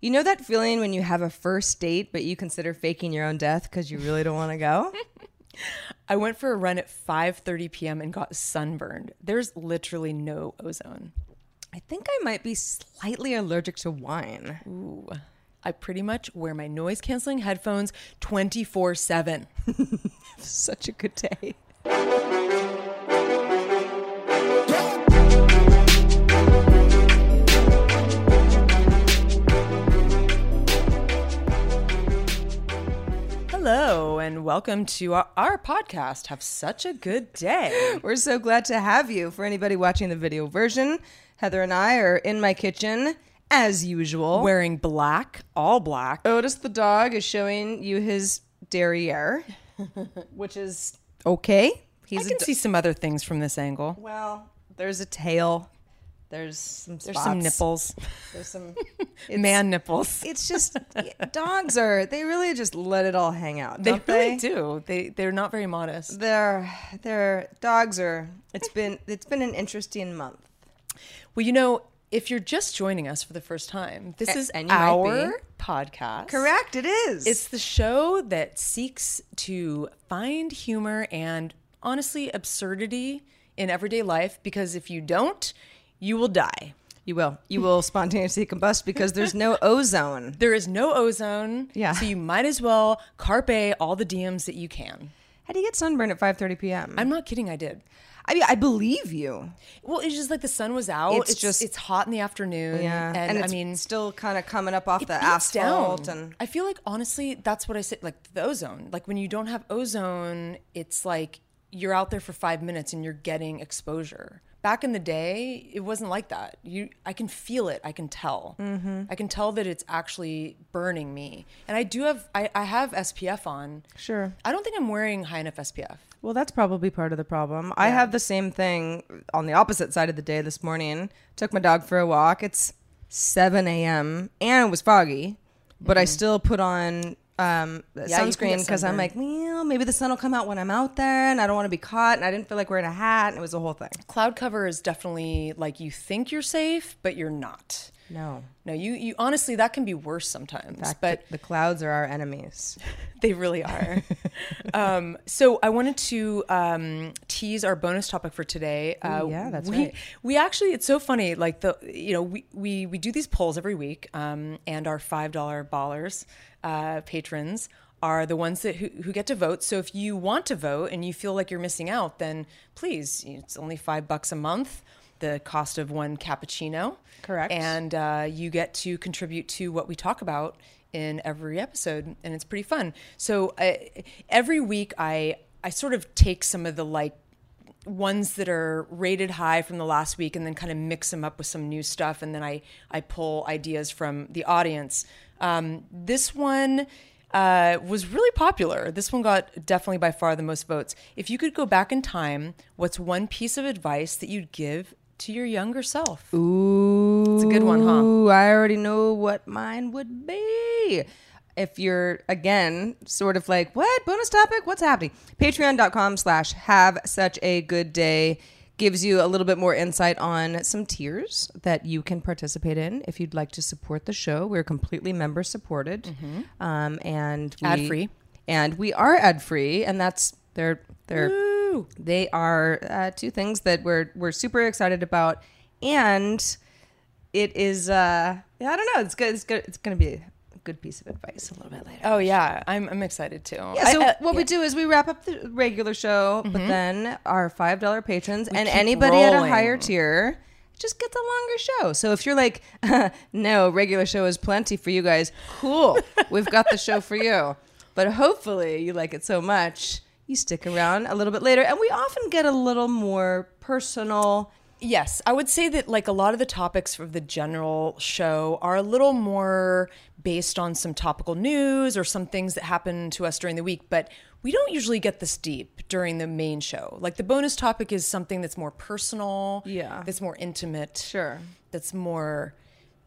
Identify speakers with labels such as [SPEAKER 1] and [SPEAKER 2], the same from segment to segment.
[SPEAKER 1] You know that feeling when you have a first date, but you consider faking your own death because you really don't want to go?
[SPEAKER 2] I went for a run at 5:30 p.m. and got sunburned. There's literally no ozone.
[SPEAKER 1] I think I might be slightly allergic to wine.
[SPEAKER 2] Ooh. I pretty much wear my noise canceling headphones 24/7.
[SPEAKER 1] Such a good day.
[SPEAKER 2] Hello and welcome to our, our podcast. Have such a good day.
[SPEAKER 1] We're so glad to have you. For anybody watching the video version, Heather and I are in my kitchen as usual.
[SPEAKER 2] Wearing black, all black,
[SPEAKER 1] Otis the dog is showing you his derriere, which is okay. He's
[SPEAKER 2] I can
[SPEAKER 1] a do-
[SPEAKER 2] see some other things from this angle.
[SPEAKER 1] well. There's a tail. There's some.
[SPEAKER 2] There's some
[SPEAKER 1] spots.
[SPEAKER 2] nipples,
[SPEAKER 1] There's some.
[SPEAKER 2] man nipples.
[SPEAKER 1] It's just dogs are. They really just let it all hang out.
[SPEAKER 2] They
[SPEAKER 1] don't
[SPEAKER 2] really do. They they're not very modest.
[SPEAKER 1] Their their dogs are. It's been it's been an interesting month.
[SPEAKER 2] Well, you know, if you're just joining us for the first time, this is
[SPEAKER 1] and you might
[SPEAKER 2] our
[SPEAKER 1] be.
[SPEAKER 2] podcast.
[SPEAKER 1] Correct. It is.
[SPEAKER 2] It's the show that seeks to find humor and honestly absurdity in everyday life because if you don't, you will die.
[SPEAKER 1] you will you will spontaneously combust because there's no ozone.
[SPEAKER 2] There is no ozone.
[SPEAKER 1] Yeah.
[SPEAKER 2] So you might as well carpe all the DMs that you can.
[SPEAKER 1] How do you get sunburn at 5:30 p.m.?
[SPEAKER 2] I'm not kidding, I did.
[SPEAKER 1] I mean, I believe you.
[SPEAKER 2] Well, it's just like the sun was out.
[SPEAKER 1] It's
[SPEAKER 2] It's,
[SPEAKER 1] just-
[SPEAKER 2] just it's hot in the afternoon.
[SPEAKER 1] Yeah,
[SPEAKER 2] And,
[SPEAKER 1] it's
[SPEAKER 2] I mean
[SPEAKER 1] still kind of coming up off the
[SPEAKER 2] beats
[SPEAKER 1] asphalt,
[SPEAKER 2] down.
[SPEAKER 1] and
[SPEAKER 2] I feel like honestly, that's what I say. Like the ozone. Like when you don't have ozone, it's like you're out there for five minutes and you're getting exposure. Back in the day, it wasn't like that. You, I can feel it. I can tell.
[SPEAKER 1] Mm-hmm.
[SPEAKER 2] I can tell that it's actually burning me. And I do have, I, I have SPF on.
[SPEAKER 1] Sure.
[SPEAKER 2] I don't think I'm wearing high enough SPF.
[SPEAKER 1] well, that's probably part of the problem. I have the same thing on the opposite side of the day this morning. Took my dog for a walk. It's 7 a.m. and it was foggy, but I still put on um,
[SPEAKER 2] can get
[SPEAKER 1] sunscreen because I'm
[SPEAKER 2] sunburn.
[SPEAKER 1] like, well, maybe the sun will come out when I'm out there, and I don't want to be caught, and I didn't feel like wearing a hat, and it was a whole thing.
[SPEAKER 2] Cloud cover is definitely like you think you're safe, but you're not.
[SPEAKER 1] No,
[SPEAKER 2] No, you, you honestly, that can be worse sometimes. but
[SPEAKER 1] the clouds are our enemies.
[SPEAKER 2] They really are. um, so I wanted to um, tease our bonus topic for today. Uh,
[SPEAKER 1] yeah, that's
[SPEAKER 2] we,
[SPEAKER 1] right.
[SPEAKER 2] We actually, it's so funny. Like the, you know, we we, we do these polls every week, um, and our five dollar ballers uh, patrons are the ones that who, who get to vote. So if you want to vote and you feel like you're missing out, then please, it's only five bucks a month. The cost of one cappuccino.
[SPEAKER 1] Correct.
[SPEAKER 2] And and uh, you get to contribute to what we talk about in every episode and it's pretty fun so I, every week i i sort of take some of the like ones that are rated high from the last week and then kind of mix them up with some new stuff and then i i pull ideas from the audience um, this one uh, was really popular. This one got definitely by far the most votes. If you could go back in time, what's one piece of advice that you'd give to your younger self?
[SPEAKER 1] Ooh,
[SPEAKER 2] It's a good one, huh?
[SPEAKER 1] Ooh, I already know what mine would be. If you're again sort of like, what bonus topic? What's happening? Patreon.com slash have such a good day. gives you a little bit more insight on some tiers that you can participate in if you'd like to support the show. We're completely member supported, um, and we,
[SPEAKER 2] Ad-free.
[SPEAKER 1] and we are ad free, and that's they're they're they are uh, two things that we're we're super excited about, and it is uh, yeah, I don't know, it's good, it's good, it's gonna be. a Good piece of advice a little bit later.
[SPEAKER 2] Oh yeah, I'm I'm excited too. uh,
[SPEAKER 1] Yeah, so what we do is we wrap up the regular show, but then our five dollar patrons and
[SPEAKER 2] Mm-hmm. keep
[SPEAKER 1] anybody at a higher
[SPEAKER 2] rolling.
[SPEAKER 1] tier just gets a longer show. So if you're like, no, regular show is plenty for you guys, cool. We've got the show for you. But hopefully you like it so much you stick around a little bit later, and we often get a little more personal.
[SPEAKER 2] Yes, I would say that like a lot of the topics of the general show are a little more based on some topical news or some things that happen to us during the week, but we don't usually get this deep during the main show. Like the bonus topic is something that's more personal,
[SPEAKER 1] Yeah.
[SPEAKER 2] that's more intimate,
[SPEAKER 1] Sure.
[SPEAKER 2] that's more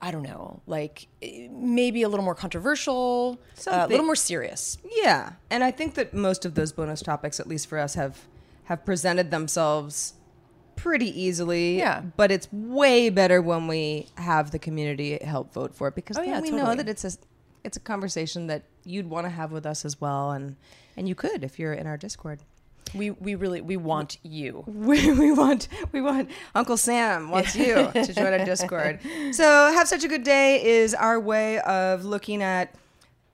[SPEAKER 2] I don't know, like eh, maybe a little more controversial, uh, a
[SPEAKER 1] Something-
[SPEAKER 2] little more serious.
[SPEAKER 1] Yeah, and I think that most of those bonus topics, at least for us, have have presented themselves pretty easily.
[SPEAKER 2] Yeah.
[SPEAKER 1] but it's way better when we have the community help vote for it because
[SPEAKER 2] Oh,
[SPEAKER 1] then
[SPEAKER 2] yeah,
[SPEAKER 1] we know
[SPEAKER 2] totally.
[SPEAKER 1] that it's a it's a conversation that you'd want to have with us as well, and and you could if you're in our Discord.
[SPEAKER 2] We we really we want you.
[SPEAKER 1] We, we want we want Uncle Sam wants you to join our Discord. So have such a good day is our way of looking at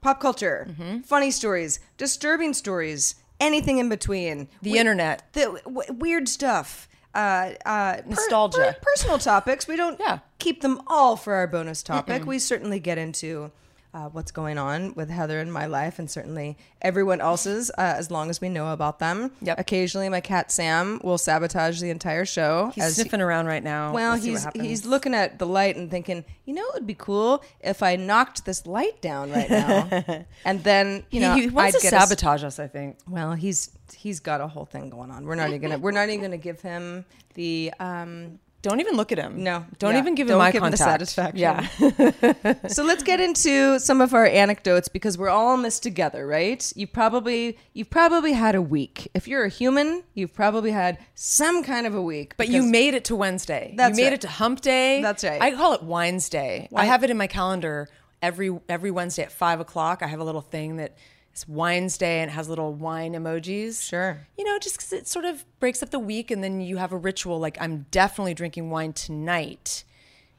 [SPEAKER 1] pop culture,
[SPEAKER 2] Mm-hmm.
[SPEAKER 1] funny stories, disturbing stories, anything in between,
[SPEAKER 2] The internet.
[SPEAKER 1] the w- weird stuff, uh, uh, per-
[SPEAKER 2] Nostalgia.
[SPEAKER 1] per- personal topics. We don't
[SPEAKER 2] Yeah.
[SPEAKER 1] keep them all for our bonus topic. We certainly get into. Uh, what's going on with Heather in my life, and certainly everyone else's, uh, as long as we know about them.
[SPEAKER 2] Yep.
[SPEAKER 1] Occasionally, my cat Sam will sabotage the entire show.
[SPEAKER 2] He's
[SPEAKER 1] as
[SPEAKER 2] sniffing around right now.
[SPEAKER 1] well,
[SPEAKER 2] We'll see what
[SPEAKER 1] he's
[SPEAKER 2] happens.
[SPEAKER 1] he's looking at the light and thinking, you know, it would be cool if I knocked this light down right now, and then you know,
[SPEAKER 2] he, he wants
[SPEAKER 1] I'd
[SPEAKER 2] to
[SPEAKER 1] get a s-
[SPEAKER 2] sabotage us, I think.
[SPEAKER 1] well, he's he's got a whole thing going on. We're not even gonna we're not even gonna give him the um.
[SPEAKER 2] Don't even look at him.
[SPEAKER 1] No,
[SPEAKER 2] Don't
[SPEAKER 1] yeah.
[SPEAKER 2] even give him
[SPEAKER 1] Don't
[SPEAKER 2] eye
[SPEAKER 1] give him the
[SPEAKER 2] contact.
[SPEAKER 1] satisfaction.
[SPEAKER 2] Yeah.
[SPEAKER 1] So let's get into some of our anecdotes because we're all in this together, right? You probably you've probably had a week. If you're a human, you've probably had some kind of a week.
[SPEAKER 2] But you
[SPEAKER 1] because-
[SPEAKER 2] made it to Wednesday.
[SPEAKER 1] That's
[SPEAKER 2] you made
[SPEAKER 1] right.
[SPEAKER 2] it to Hump Day.
[SPEAKER 1] That's right.
[SPEAKER 2] I call it Wines Day. I have it in my calendar every every Wednesday at five o'clock. I have a little thing that it's Wines Day and it has little wine emojis.
[SPEAKER 1] Sure.
[SPEAKER 2] You know, just because it sort of breaks up the week, and then you have a ritual like I'm definitely drinking wine tonight.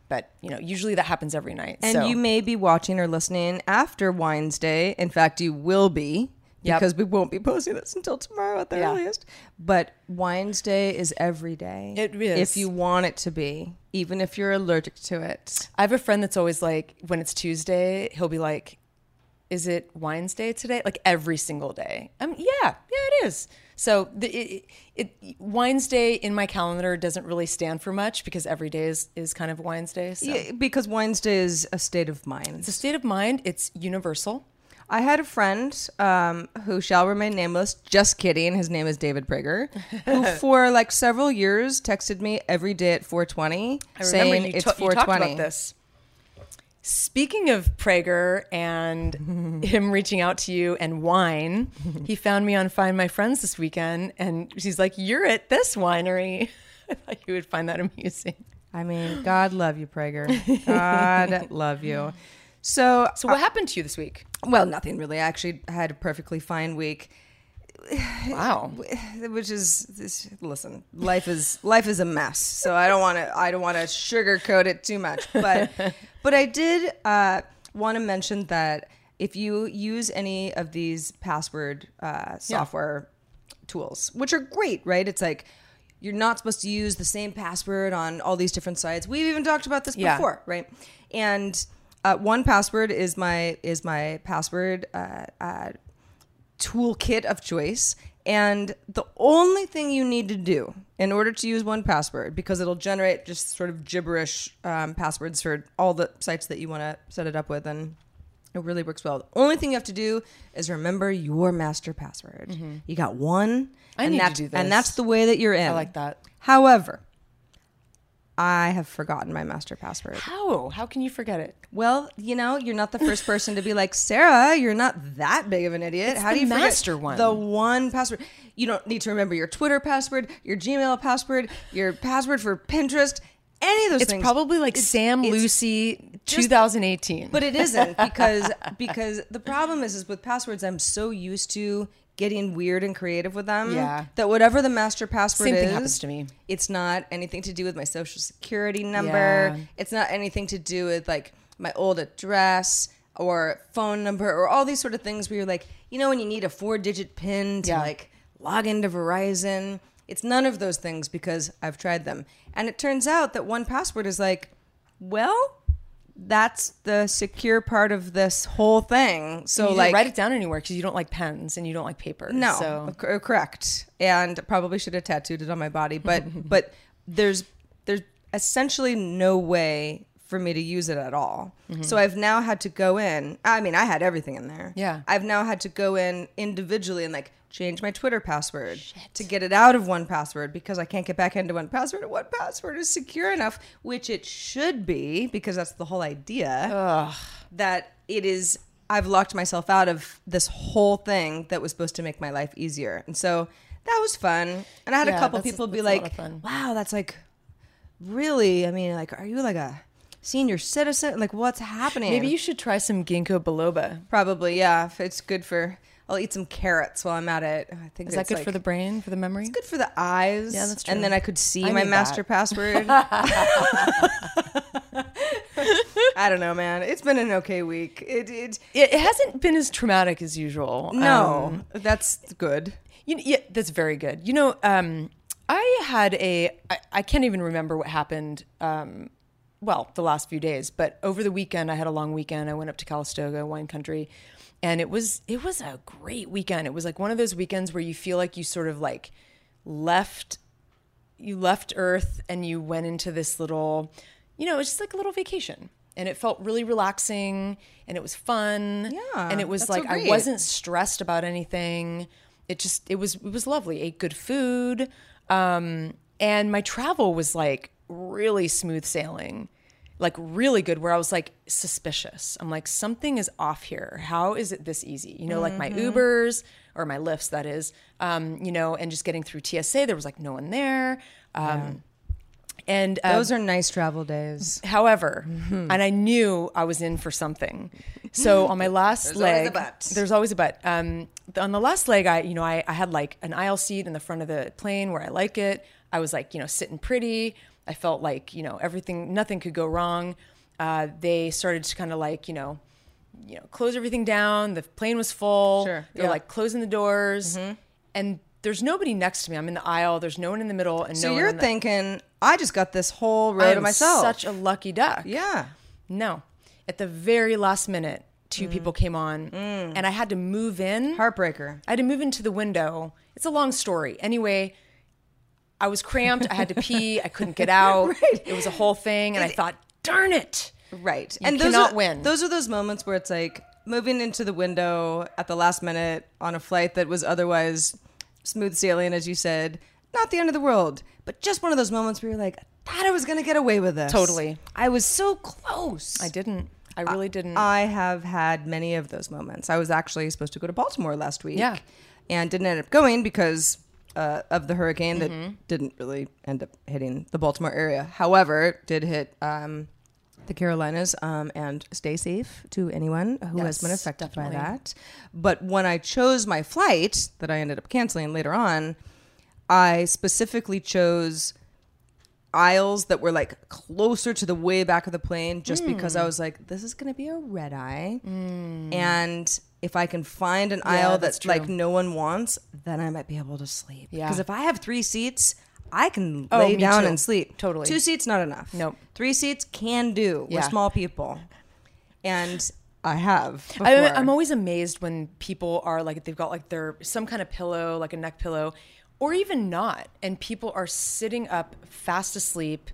[SPEAKER 2] But you know, usually that happens every night.
[SPEAKER 1] And
[SPEAKER 2] so.
[SPEAKER 1] you may be watching or listening after Wednesday. In fact, you will be
[SPEAKER 2] Yep.
[SPEAKER 1] because we won't be posting this until tomorrow at the
[SPEAKER 2] Yeah.
[SPEAKER 1] earliest. But Wednesday is every day.
[SPEAKER 2] It is.
[SPEAKER 1] If you want it to be, even if you're allergic to it.
[SPEAKER 2] I have a friend that's always like, when it's Tuesday, he'll be like, "Is it Wines Day today?" Like every single day. I'm yeah, yeah, it is. So the, it, it Wines Day in my calendar doesn't really stand for much because every day is is kind of Wines Day. So
[SPEAKER 1] Yeah, because Wednesday is a state of
[SPEAKER 2] it's a
[SPEAKER 1] mind.
[SPEAKER 2] state of mind. It's universal.
[SPEAKER 1] I had a friend um, who shall remain nameless. Just kidding. His name is David Brigger, who for like several years texted me every day at 4:20,
[SPEAKER 2] I remember
[SPEAKER 1] saying
[SPEAKER 2] you,
[SPEAKER 1] it's
[SPEAKER 2] ta- you
[SPEAKER 1] 4:20.
[SPEAKER 2] talked about this. Speaking of Prager and him reaching out to you and wine, he found me on Find My Friends this weekend, and she's like, "You're at this winery." I thought you would find that amusing.
[SPEAKER 1] I mean, God love you, Prager. God love you. So, uh,
[SPEAKER 2] So, what happened to you this week?
[SPEAKER 1] well, nothing really. I actually had a perfectly fine week,
[SPEAKER 2] Wow,
[SPEAKER 1] which is this, listen, life is life is a mess. So I don't want to I don't want to sugarcoat it too much, but but I did uh, want to mention that if you use any of these password uh, software tools, which are great, right? It's like you're not supposed to use the same password on all these different sites. We've even talked about this
[SPEAKER 2] Yeah.
[SPEAKER 1] before, right? And uh, one password is my is my password uh, uh, toolkit of choice. And the only thing you need to do in order to use one password, because it'll generate just sort of gibberish um, passwords for all the sites that you want to set it up with, and it really works well. The only thing you have to do is remember your master password. You got one.
[SPEAKER 2] Mm-hmm. I
[SPEAKER 1] and
[SPEAKER 2] need to
[SPEAKER 1] that's-
[SPEAKER 2] do
[SPEAKER 1] And
[SPEAKER 2] this.
[SPEAKER 1] that's the way that you're in.
[SPEAKER 2] like that.
[SPEAKER 1] However, I have forgotten my master password.
[SPEAKER 2] How? How can you forget it?
[SPEAKER 1] Well, you know, you're not the first person to be like, Sarah, you're not that big of an idiot.
[SPEAKER 2] It's
[SPEAKER 1] How
[SPEAKER 2] the
[SPEAKER 1] do you forget
[SPEAKER 2] master one.
[SPEAKER 1] The one password. You don't need to remember your Twitter password, your Gmail password, your password for Pinterest, any of those
[SPEAKER 2] It's
[SPEAKER 1] things.
[SPEAKER 2] probably like Sam
[SPEAKER 1] it's
[SPEAKER 2] Lucy 2018.
[SPEAKER 1] But it isn't because because the problem is is with passwords I'm so used to getting weird and creative with them
[SPEAKER 2] Yeah.
[SPEAKER 1] that whatever the master password
[SPEAKER 2] Same
[SPEAKER 1] is
[SPEAKER 2] thing happens to me.
[SPEAKER 1] It's not anything to do with my social security number.
[SPEAKER 2] Yeah.
[SPEAKER 1] It's not anything to do with like my old address or phone number or all these sort of things where you're like, you know when you need a four digit pin to
[SPEAKER 2] Yeah.
[SPEAKER 1] like log into Verizon. It's none of those things because I've tried them. And it turns out that one password is like, well, that's the secure part of this whole thing. So
[SPEAKER 2] you didn't
[SPEAKER 1] like
[SPEAKER 2] write it down anywhere because you don't like pens and you don't like paper.
[SPEAKER 1] no,
[SPEAKER 2] so
[SPEAKER 1] c- uh, correct. And probably should have tattooed it on my body, but but there's there's essentially no way for me to use it at all.
[SPEAKER 2] Mm-hmm.
[SPEAKER 1] So I've now had to go in. I mean, I had everything in there.
[SPEAKER 2] Yeah.
[SPEAKER 1] I've now had to go in individually and like change my Twitter password to get it out of one password because I can't get back into one password. And one password is secure enough, which it should be because that's the whole idea that it is I've locked myself out of this whole thing that was supposed to make my life easier. And so that was fun. And I had a
[SPEAKER 2] Yeah,
[SPEAKER 1] couple
[SPEAKER 2] that's-
[SPEAKER 1] people be
[SPEAKER 2] that's a lot
[SPEAKER 1] like,
[SPEAKER 2] of fun.
[SPEAKER 1] "Wow, that's like really, I mean, like are you like a senior citizen? Like what's happening?"
[SPEAKER 2] maybe you should try some ginkgo biloba.
[SPEAKER 1] probably yeah, if it's good for I'll eat some carrots while I'm at it. I think
[SPEAKER 2] Is that
[SPEAKER 1] it's
[SPEAKER 2] good for
[SPEAKER 1] like-
[SPEAKER 2] the brain, for the memory?
[SPEAKER 1] It's good for the eyes.
[SPEAKER 2] Yeah, that's true.
[SPEAKER 1] And then I could see
[SPEAKER 2] I
[SPEAKER 1] my
[SPEAKER 2] need
[SPEAKER 1] master
[SPEAKER 2] that.
[SPEAKER 1] password. I don't know, man. It's been an okay week. It it
[SPEAKER 2] It, it hasn't been as traumatic as usual.
[SPEAKER 1] No,
[SPEAKER 2] Um,
[SPEAKER 1] that's good.
[SPEAKER 2] You, yeah, that's very good. You know, um, I had a, I, I can't even remember what happened, um, well, the last few days, but over the weekend, I had a long weekend. I went up to Calistoga, wine country, and it was, it was a great weekend. It was like one of those weekends where you feel like you sort of like left you left Earth and you went into this little, you know, it's just like a little vacation. And it felt really relaxing and it was fun.
[SPEAKER 1] Yeah,
[SPEAKER 2] And it was
[SPEAKER 1] that's so
[SPEAKER 2] like I
[SPEAKER 1] great.
[SPEAKER 2] wasn't stressed about anything. It just it was it was lovely. Ate good food. Um and my travel was like really smooth sailing. Like really good where I was like suspicious. I'm like something is off here. How is it this easy? You know, like my Ubers or my Lyfts that is. Um, you know, and just getting through TSA there was like no one there. Um and uh,
[SPEAKER 1] Those are nice travel days.
[SPEAKER 2] However,
[SPEAKER 1] Mm-hmm.
[SPEAKER 2] and I knew I was in for something. So on my last
[SPEAKER 1] There's
[SPEAKER 2] leg,
[SPEAKER 1] always a but.
[SPEAKER 2] there's always a but. Um, th- on the last leg, I you know I, I had like an aisle seat in the front of the plane where I like it. I was like you know sitting pretty. I felt like you know everything, nothing could go wrong. Uh, they started to kind of like you know, you know, close everything down. The plane was full.
[SPEAKER 1] Sure,
[SPEAKER 2] They're
[SPEAKER 1] yeah. Mm-hmm.
[SPEAKER 2] like closing the doors, and there's nobody next to me. I'm in the aisle. There's no one in the middle, and
[SPEAKER 1] So
[SPEAKER 2] no
[SPEAKER 1] you're
[SPEAKER 2] one. on the-
[SPEAKER 1] thinking, I just got this whole road
[SPEAKER 2] I
[SPEAKER 1] to
[SPEAKER 2] am
[SPEAKER 1] myself.
[SPEAKER 2] Such a lucky duck.
[SPEAKER 1] yeah.
[SPEAKER 2] No. At the very last minute, two people
[SPEAKER 1] Mm.
[SPEAKER 2] came on and I had to move in.
[SPEAKER 1] Heartbreaker.
[SPEAKER 2] I had to move into the window. It's a long story. Anyway, I was cramped. I had to pee. I couldn't get out. It was a whole thing. And I thought, darn it.
[SPEAKER 1] Right.
[SPEAKER 2] You
[SPEAKER 1] those
[SPEAKER 2] cannot
[SPEAKER 1] are,
[SPEAKER 2] win.
[SPEAKER 1] Those are those moments where it's like moving into the window at the last minute on a flight that was otherwise smooth sailing, as you said. Not the end of the world, but just one of those moments where you're like, I thought I was going to get away with this.
[SPEAKER 2] Totally.
[SPEAKER 1] I was so close. Uh,
[SPEAKER 2] I didn't. I really didn't.
[SPEAKER 1] I have had many of those moments. I was actually supposed to go to Baltimore last week.
[SPEAKER 2] Yeah.
[SPEAKER 1] And didn't end up going because uh, of the hurricane
[SPEAKER 2] Mm-hmm.
[SPEAKER 1] that didn't really end up hitting the Baltimore area. However, it did hit um, the Carolinas. Um, and stay safe to anyone who has been
[SPEAKER 2] Yes,
[SPEAKER 1] affected
[SPEAKER 2] definitely.
[SPEAKER 1] by that. But when I chose my flight that I ended up canceling later on, I specifically chose aisles that were like closer to the way back of the plane just because
[SPEAKER 2] Hmm.
[SPEAKER 1] I was like, this is going to be a red eye. And if I can find an aisle
[SPEAKER 2] that's
[SPEAKER 1] that's, like no one wants, then I might be able to sleep.
[SPEAKER 2] Yeah. Oh,
[SPEAKER 1] Because if I have three seats, I can lay
[SPEAKER 2] me
[SPEAKER 1] down
[SPEAKER 2] too.
[SPEAKER 1] and sleep.
[SPEAKER 2] Totally.
[SPEAKER 1] Two seats, not enough.
[SPEAKER 2] Nope.
[SPEAKER 1] Three seats can do. We're
[SPEAKER 2] Yeah.
[SPEAKER 1] small people. And I have.
[SPEAKER 2] I,
[SPEAKER 1] before.
[SPEAKER 2] I'm always amazed when people are like they've got like their some kind of pillow, like a neck pillow, or even not, and people are sitting up fast asleep,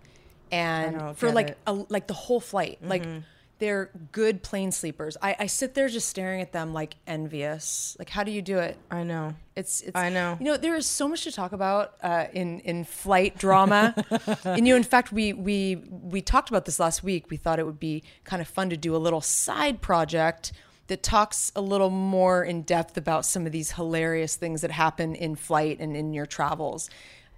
[SPEAKER 2] and
[SPEAKER 1] don't
[SPEAKER 2] for
[SPEAKER 1] get
[SPEAKER 2] like
[SPEAKER 1] it. Mm-hmm.
[SPEAKER 2] a, like the whole flight, like They're good plane sleepers. I, I sit there just staring at them like envious. Like, how do you do it?
[SPEAKER 1] I know.
[SPEAKER 2] It's, it's
[SPEAKER 1] I know.
[SPEAKER 2] You know, there is so much to talk about uh, in in flight drama, and you know, in fact, we we we talked about this last week. We thought it would be kind of fun to do a little side project that talks a little more in depth about some of these hilarious things that happen in flight and in your travels.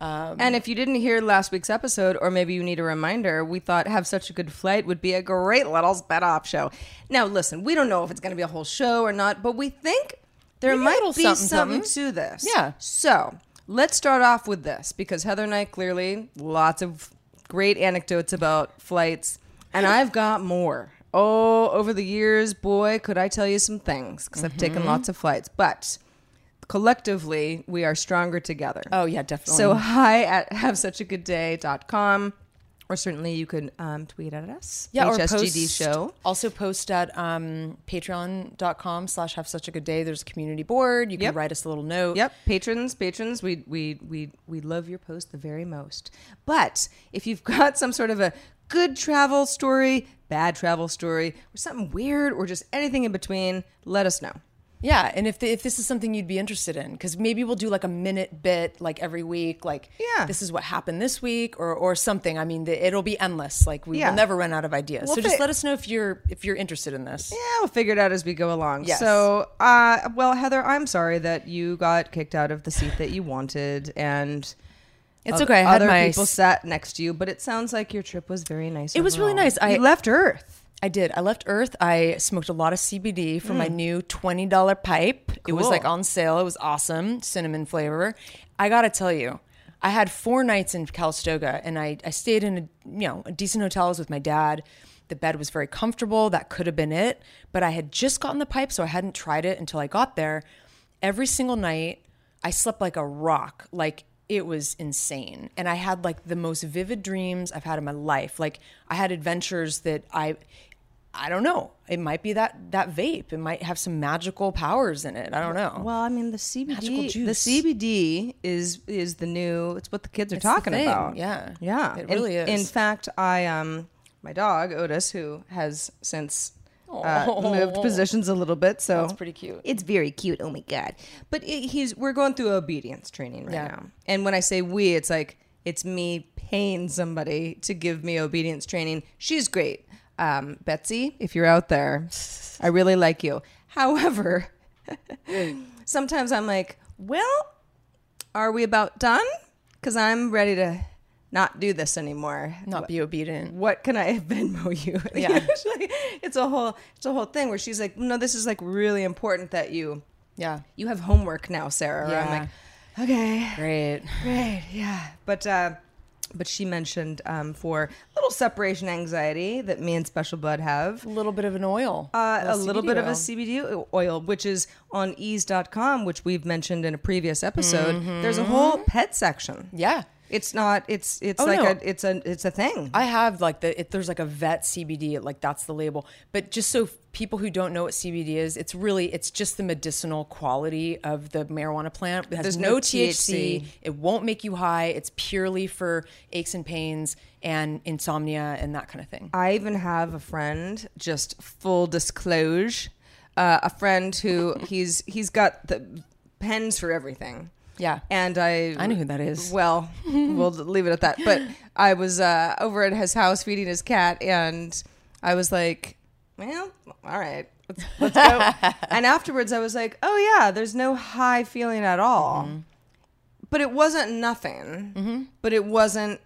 [SPEAKER 2] Uh, Um,
[SPEAKER 1] And if you didn't hear last week's episode, or maybe you need a reminder, we thought Have Such a Good Flight would be a great little sped off show. Now, listen, we don't know if it's going to be a whole show or not, but we think there
[SPEAKER 2] Maybe a
[SPEAKER 1] might
[SPEAKER 2] little
[SPEAKER 1] be
[SPEAKER 2] something,
[SPEAKER 1] something,
[SPEAKER 2] something.
[SPEAKER 1] to this.
[SPEAKER 2] Yeah.
[SPEAKER 1] So let's start off with this because Heather and I clearly lots of great anecdotes about flights, and I've got more. Oh, over the years, boy, could I tell you some things because I've
[SPEAKER 2] Mm-hmm.
[SPEAKER 1] taken lots of flights, but collectively, we are stronger together.
[SPEAKER 2] Oh, yeah, definitely.
[SPEAKER 1] So hi at have such a good day.com or certainly you could um, tweet at us.
[SPEAKER 2] yeah, or
[SPEAKER 1] HSGD
[SPEAKER 2] post-
[SPEAKER 1] show.
[SPEAKER 2] Also post at um, patreon.com slash have such a good day. There's a community board. You can
[SPEAKER 1] Yep.
[SPEAKER 2] write us a little note.
[SPEAKER 1] Yep, patrons, patrons, we we we we love your post the very most. But if you've got some sort of a good travel story, bad travel story, or something weird or just anything in between, let us know.
[SPEAKER 2] Yeah, and if the, if this is something you'd be interested in, because maybe we'll do like a minute bit like every week, like
[SPEAKER 1] Yeah.
[SPEAKER 2] this is what happened this week or or something. I mean, the, it'll be endless. Like we
[SPEAKER 1] Yeah.
[SPEAKER 2] will never run out of ideas.
[SPEAKER 1] Well,
[SPEAKER 2] so
[SPEAKER 1] if
[SPEAKER 2] just
[SPEAKER 1] it-
[SPEAKER 2] let us know if you're if you're interested in this.
[SPEAKER 1] Yeah, we'll figure it out as we go along.
[SPEAKER 2] Yes.
[SPEAKER 1] So, uh, well, Heather, I'm sorry that you got kicked out of the seat that you wanted, and
[SPEAKER 2] It's
[SPEAKER 1] oth-
[SPEAKER 2] okay. I had
[SPEAKER 1] other
[SPEAKER 2] my
[SPEAKER 1] people
[SPEAKER 2] s-
[SPEAKER 1] sat next to you, but it sounds like your trip was very nice.
[SPEAKER 2] It was really
[SPEAKER 1] overall.
[SPEAKER 2] nice. I-
[SPEAKER 1] you left Earth.
[SPEAKER 2] I did. I left Earth. I smoked a lot of CBD for my new twenty dollar pipe. It was
[SPEAKER 1] Hmm. Cool.
[SPEAKER 2] like on sale. It was awesome, cinnamon flavor. I gotta tell you, I had four nights in Calistoga, and I I stayed in a you know a decent hotels with my dad. The bed was very comfortable. That could have been it, but I had just gotten the pipe, so I hadn't tried it until I got there. Every single night, I slept like a rock. Like it was insane. And I had like the most vivid dreams I've had in my life. Like I had adventures that I I don't know. It might be that that vape. It might have some magical powers in it. I don't know.
[SPEAKER 1] Well, I mean, the CBD, the
[SPEAKER 2] juice.
[SPEAKER 1] CBD is is the new. It's what the kids are
[SPEAKER 2] the
[SPEAKER 1] talking
[SPEAKER 2] thing,
[SPEAKER 1] about.
[SPEAKER 2] yeah.
[SPEAKER 1] yeah,
[SPEAKER 2] It
[SPEAKER 1] In-
[SPEAKER 2] really is.
[SPEAKER 1] In fact, I um, my dog Otis, who has since. Uh, moved positions a little bit, so
[SPEAKER 2] Oh. That's pretty cute.
[SPEAKER 1] It's very cute. Oh my god! But it, he's we're going through obedience training right
[SPEAKER 2] Yeah.
[SPEAKER 1] now, and when I say we, it's like it's me paying somebody to give me obedience training. She's great, um, Betsy. If you're out there, I really like you. However, sometimes I'm like, well, are we about done? Because I'm ready to not do this anymore.
[SPEAKER 2] Not be obedient.
[SPEAKER 1] What can I Venmo you?
[SPEAKER 2] Yeah.
[SPEAKER 1] Usually, it's a whole it's a whole thing where she's like, no, this is like really important that you
[SPEAKER 2] Yeah.
[SPEAKER 1] you have homework now, Sarah. Or I'm
[SPEAKER 2] Yeah.
[SPEAKER 1] like, okay,
[SPEAKER 2] Great.
[SPEAKER 1] Right. Yeah. But uh, but she mentioned um, for a little separation anxiety that me and Special Blood have.
[SPEAKER 2] A little bit of an oil.
[SPEAKER 1] Uh, a little
[SPEAKER 2] CBD
[SPEAKER 1] bit of a
[SPEAKER 2] oil.
[SPEAKER 1] CBD oil, which is on ease.com, which we've mentioned in a previous episode. There's a whole pet section.
[SPEAKER 2] Yeah.
[SPEAKER 1] It's not. It's it's
[SPEAKER 2] Mm-hmm. Oh,
[SPEAKER 1] like
[SPEAKER 2] no.
[SPEAKER 1] a it's a it's a thing.
[SPEAKER 2] I have like the if there's like a vet CBD, like that's the label. But just so people who don't know what CBD is, it's really it's just the medicinal quality of the marijuana plant. It has
[SPEAKER 1] There's
[SPEAKER 2] no,
[SPEAKER 1] no
[SPEAKER 2] THC.
[SPEAKER 1] THC.
[SPEAKER 2] It won't make you high. It's purely for aches and pains and insomnia and that kind of thing.
[SPEAKER 1] I even have a friend. Just full disclosure, uh, a friend who he's he's got the pens for everything.
[SPEAKER 2] Yeah.
[SPEAKER 1] and I
[SPEAKER 2] I know who that is.
[SPEAKER 1] Well, we'll leave it at that. But I was uh, over at his house feeding his cat, and I was like, "Well, all right, let's, let's go." and afterwards, I was like, "Oh yeah, there's no high feeling at all."
[SPEAKER 2] Mm-hmm.
[SPEAKER 1] But it wasn't nothing. But it wasn't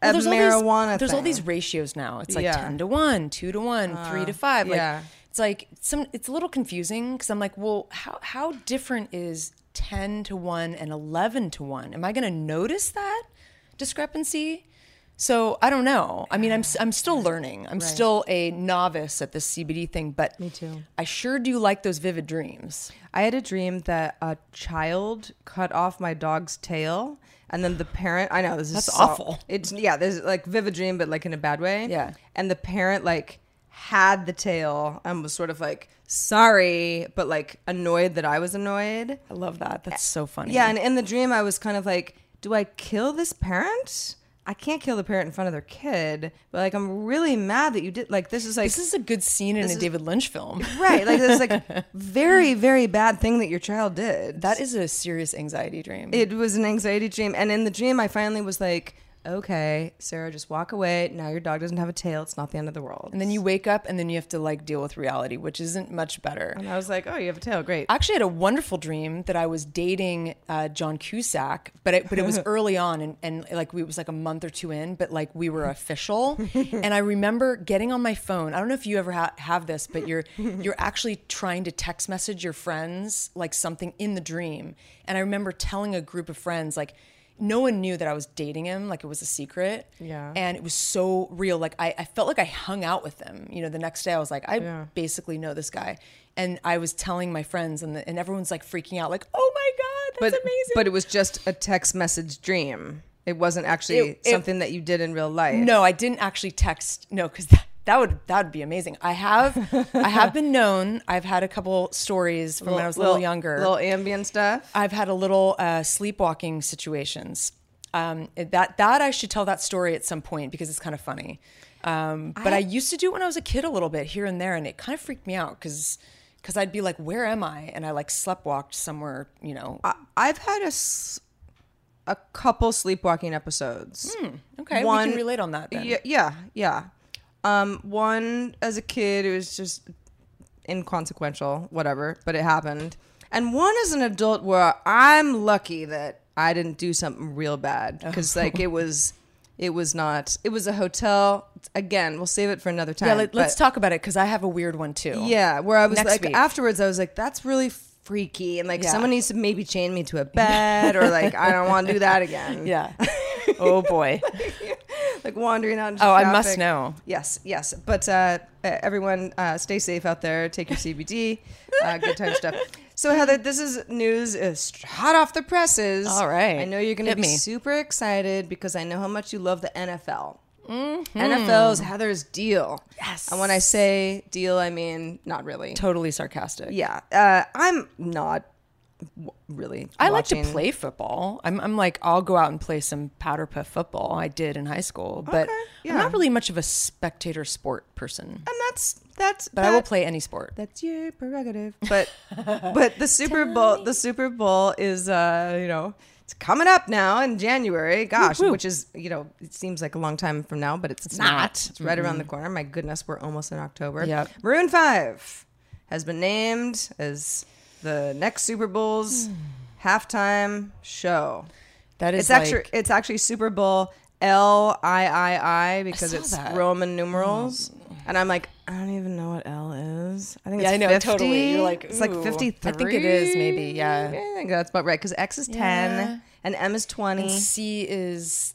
[SPEAKER 1] a
[SPEAKER 2] Well,
[SPEAKER 1] marijuana.
[SPEAKER 2] All these, There's all
[SPEAKER 1] thing.
[SPEAKER 2] these ratios now. It's like
[SPEAKER 1] Yeah. Uh,
[SPEAKER 2] ten to one, two to one, three to five. Like
[SPEAKER 1] yeah.
[SPEAKER 2] it's like some. It's a little confusing because I'm like, well, how how different is ten to one and eleven to one? Am I going to notice that discrepancy? So I don't know. I mean, I'm s- I'm still learning. I'm still a novice at this CBD thing, but me too. I sure do like those vivid dreams.
[SPEAKER 1] I had a dream that a child cut off my dog's tail, and then the parent. I know this is
[SPEAKER 2] That's
[SPEAKER 1] so-
[SPEAKER 2] awful.
[SPEAKER 1] It's yeah, there's like vivid dream, but like in a bad way.
[SPEAKER 2] Yeah.
[SPEAKER 1] and the parent like had the tail and was sort of like sorry, but like annoyed that I was annoyed.
[SPEAKER 2] I love that. That's so funny.
[SPEAKER 1] Yeah, and in the dream I was kind of like, do I kill this parent? I can't kill the parent in front of their kid, but like I'm really mad that you did like this is like
[SPEAKER 2] This is a good scene in a David Lynch film.
[SPEAKER 1] right like this like very very bad thing that your child did.
[SPEAKER 2] That is a serious anxiety dream.
[SPEAKER 1] it was an anxiety dream, and in the dream I finally was like, okay, Sarah, just walk away. Now your dog doesn't have a tail. It's not the end of the world.
[SPEAKER 2] and then you wake up and then you have to like deal with reality, which isn't much better.
[SPEAKER 1] And I was like, oh, you have a tail, great.
[SPEAKER 2] I actually had a wonderful dream that I was dating uh, John Cusack, but it, but it was early on, and, and like we it was like a month or two in, but like we were official. and I remember getting on my phone. I don't know if you ever ha- have this, but you're you're actually trying to text message your friends like something in the dream. And I remember telling a group of friends like. No one knew that I was dating him, like it was a secret.
[SPEAKER 1] Yeah.
[SPEAKER 2] And it was so real. Like I, I felt like I hung out with them. You know, the next day I was like, I basically know this guy. And I was telling my friends, and, the, and everyone's like freaking out, like, oh my God,
[SPEAKER 1] but
[SPEAKER 2] that's amazing.
[SPEAKER 1] but it was just a text message dream. It wasn't actually
[SPEAKER 2] It- it-
[SPEAKER 1] something that you did in real life.
[SPEAKER 2] no, I didn't actually text. No, because that, that would that would be amazing. I have I have been known. I've had a couple stories from when I was a little, younger.
[SPEAKER 1] little ambient stuff.
[SPEAKER 2] I've had a little uh, sleepwalking situations. Um, that that I should tell that story at some point because it's kind of funny. Um, but I, used to do it when I was a kid a little bit here and there, and it kind of freaked me out because because I'd be like, "Where am I?" and I like sleptwalked somewhere, you know.
[SPEAKER 1] I've had a, s- a couple sleepwalking episodes.
[SPEAKER 2] okay, we can relate on that. Then.
[SPEAKER 1] Yeah, yeah, yeah. Um, one as a kid, it was just inconsequential, whatever, but it happened. And one as an adult, where I'm lucky that I didn't do something real bad because, like, it was, it was not. It was a hotel. Again, we'll save it for another time.
[SPEAKER 2] Yeah, let, us
[SPEAKER 1] but-
[SPEAKER 2] talk about it because I have a weird one too.
[SPEAKER 1] Yeah, where I was
[SPEAKER 2] Next
[SPEAKER 1] like
[SPEAKER 2] week.
[SPEAKER 1] afterwards, I was like, that's really freaky, and like
[SPEAKER 2] Yeah.
[SPEAKER 1] someone needs to maybe chain me to a bed, or like I don't want to do that again.
[SPEAKER 2] yeah. oh boy.
[SPEAKER 1] like wandering out. Into
[SPEAKER 2] Oh, I must
[SPEAKER 1] traffic.
[SPEAKER 2] know.
[SPEAKER 1] Yes, yes. But uh, uh, everyone, uh, stay safe out there. Take your CBD. Uh, good time stuff. So Heather, this is news uh, str- hot off the presses.
[SPEAKER 2] All right.
[SPEAKER 1] I know you're going to
[SPEAKER 2] Hit
[SPEAKER 1] be
[SPEAKER 2] me.
[SPEAKER 1] super excited because I know how much you love the NFL.
[SPEAKER 2] Mm-hmm.
[SPEAKER 1] NFL is Heather's deal. Yes. And when I say deal, I mean not really.
[SPEAKER 2] Totally sarcastic.
[SPEAKER 1] Yeah, uh, I'm not w- really.
[SPEAKER 2] I like to
[SPEAKER 1] watching-
[SPEAKER 2] play football. I'm, I'm like, I'll go out and play some powder puff football. I did in high school, but
[SPEAKER 1] yeah.
[SPEAKER 2] I'm not really much of a spectator sport person.
[SPEAKER 1] and that's that's.
[SPEAKER 2] But I will
[SPEAKER 1] that-
[SPEAKER 2] play any sport.
[SPEAKER 1] That's your prerogative. But but the Super Bowl the Super Bowl is uh, you know, it's coming up now in January. Gosh, which is, you know, it seems like a long time from now, but it's, not.
[SPEAKER 2] not.
[SPEAKER 1] It's right around the corner. My goodness, we're almost in October.
[SPEAKER 2] Yep.
[SPEAKER 1] Maroon 5 has been named as the next Super Bowl's
[SPEAKER 2] Hmm.
[SPEAKER 1] halftime show.
[SPEAKER 2] That is
[SPEAKER 1] It's actually
[SPEAKER 2] like-
[SPEAKER 1] it's actually Super Bowl L I I I because
[SPEAKER 2] saw
[SPEAKER 1] it's
[SPEAKER 2] that. Oh,
[SPEAKER 1] Roman numerals, and I'm like, I don't even know what L is. I think
[SPEAKER 2] Yeah,
[SPEAKER 1] it's
[SPEAKER 2] I know,
[SPEAKER 1] 50.
[SPEAKER 2] totally. You're like,
[SPEAKER 1] it's like
[SPEAKER 2] ooh.
[SPEAKER 1] 53.
[SPEAKER 2] I think it is, maybe, yeah.
[SPEAKER 1] I think that's about right because X is 10 and M is 20.
[SPEAKER 2] C is.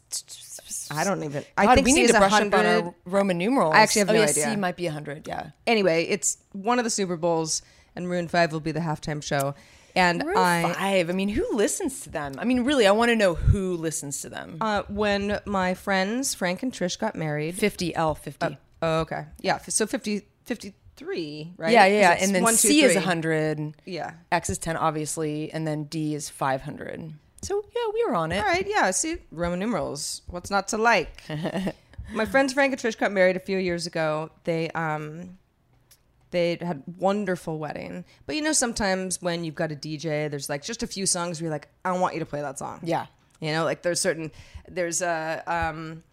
[SPEAKER 1] I don't even. I
[SPEAKER 2] God,
[SPEAKER 1] think
[SPEAKER 2] we
[SPEAKER 1] C
[SPEAKER 2] need
[SPEAKER 1] is
[SPEAKER 2] to brush up on
[SPEAKER 1] 100.
[SPEAKER 2] our Roman numerals.
[SPEAKER 1] I actually have
[SPEAKER 2] oh,
[SPEAKER 1] no
[SPEAKER 2] yeah,
[SPEAKER 1] idea.
[SPEAKER 2] C might be 100, yeah.
[SPEAKER 1] Anyway, it's one of the Super Bowls, and Maroon Five will be the halftime show, and
[SPEAKER 2] Maroon
[SPEAKER 1] I.
[SPEAKER 2] five. I mean, who listens to them? I mean, really, I want to know who listens to them.
[SPEAKER 1] Uh, when my friends Frank and Trish got married,
[SPEAKER 2] 50 L 50.
[SPEAKER 1] Oh, okay. Yeah. f- So 50, 53, right?
[SPEAKER 2] Yeah, yeah, yeah.
[SPEAKER 1] 'Cause it's
[SPEAKER 2] And then
[SPEAKER 1] one, two,
[SPEAKER 2] C is
[SPEAKER 1] three.
[SPEAKER 2] 100.
[SPEAKER 1] Yeah.
[SPEAKER 2] X is 10, obviously. And then D is 500. So, yeah, we were on it.
[SPEAKER 1] All right. Yeah. See, Roman numerals. What's not to like? My friends Frank and Trish got married a few years ago. They, um, they had wonderful wedding, but you know sometimes when you've got a DJ, there's like just a few songs where you're like, I want you to play that song.
[SPEAKER 2] Yeah.
[SPEAKER 1] you know, like there's certain there's a um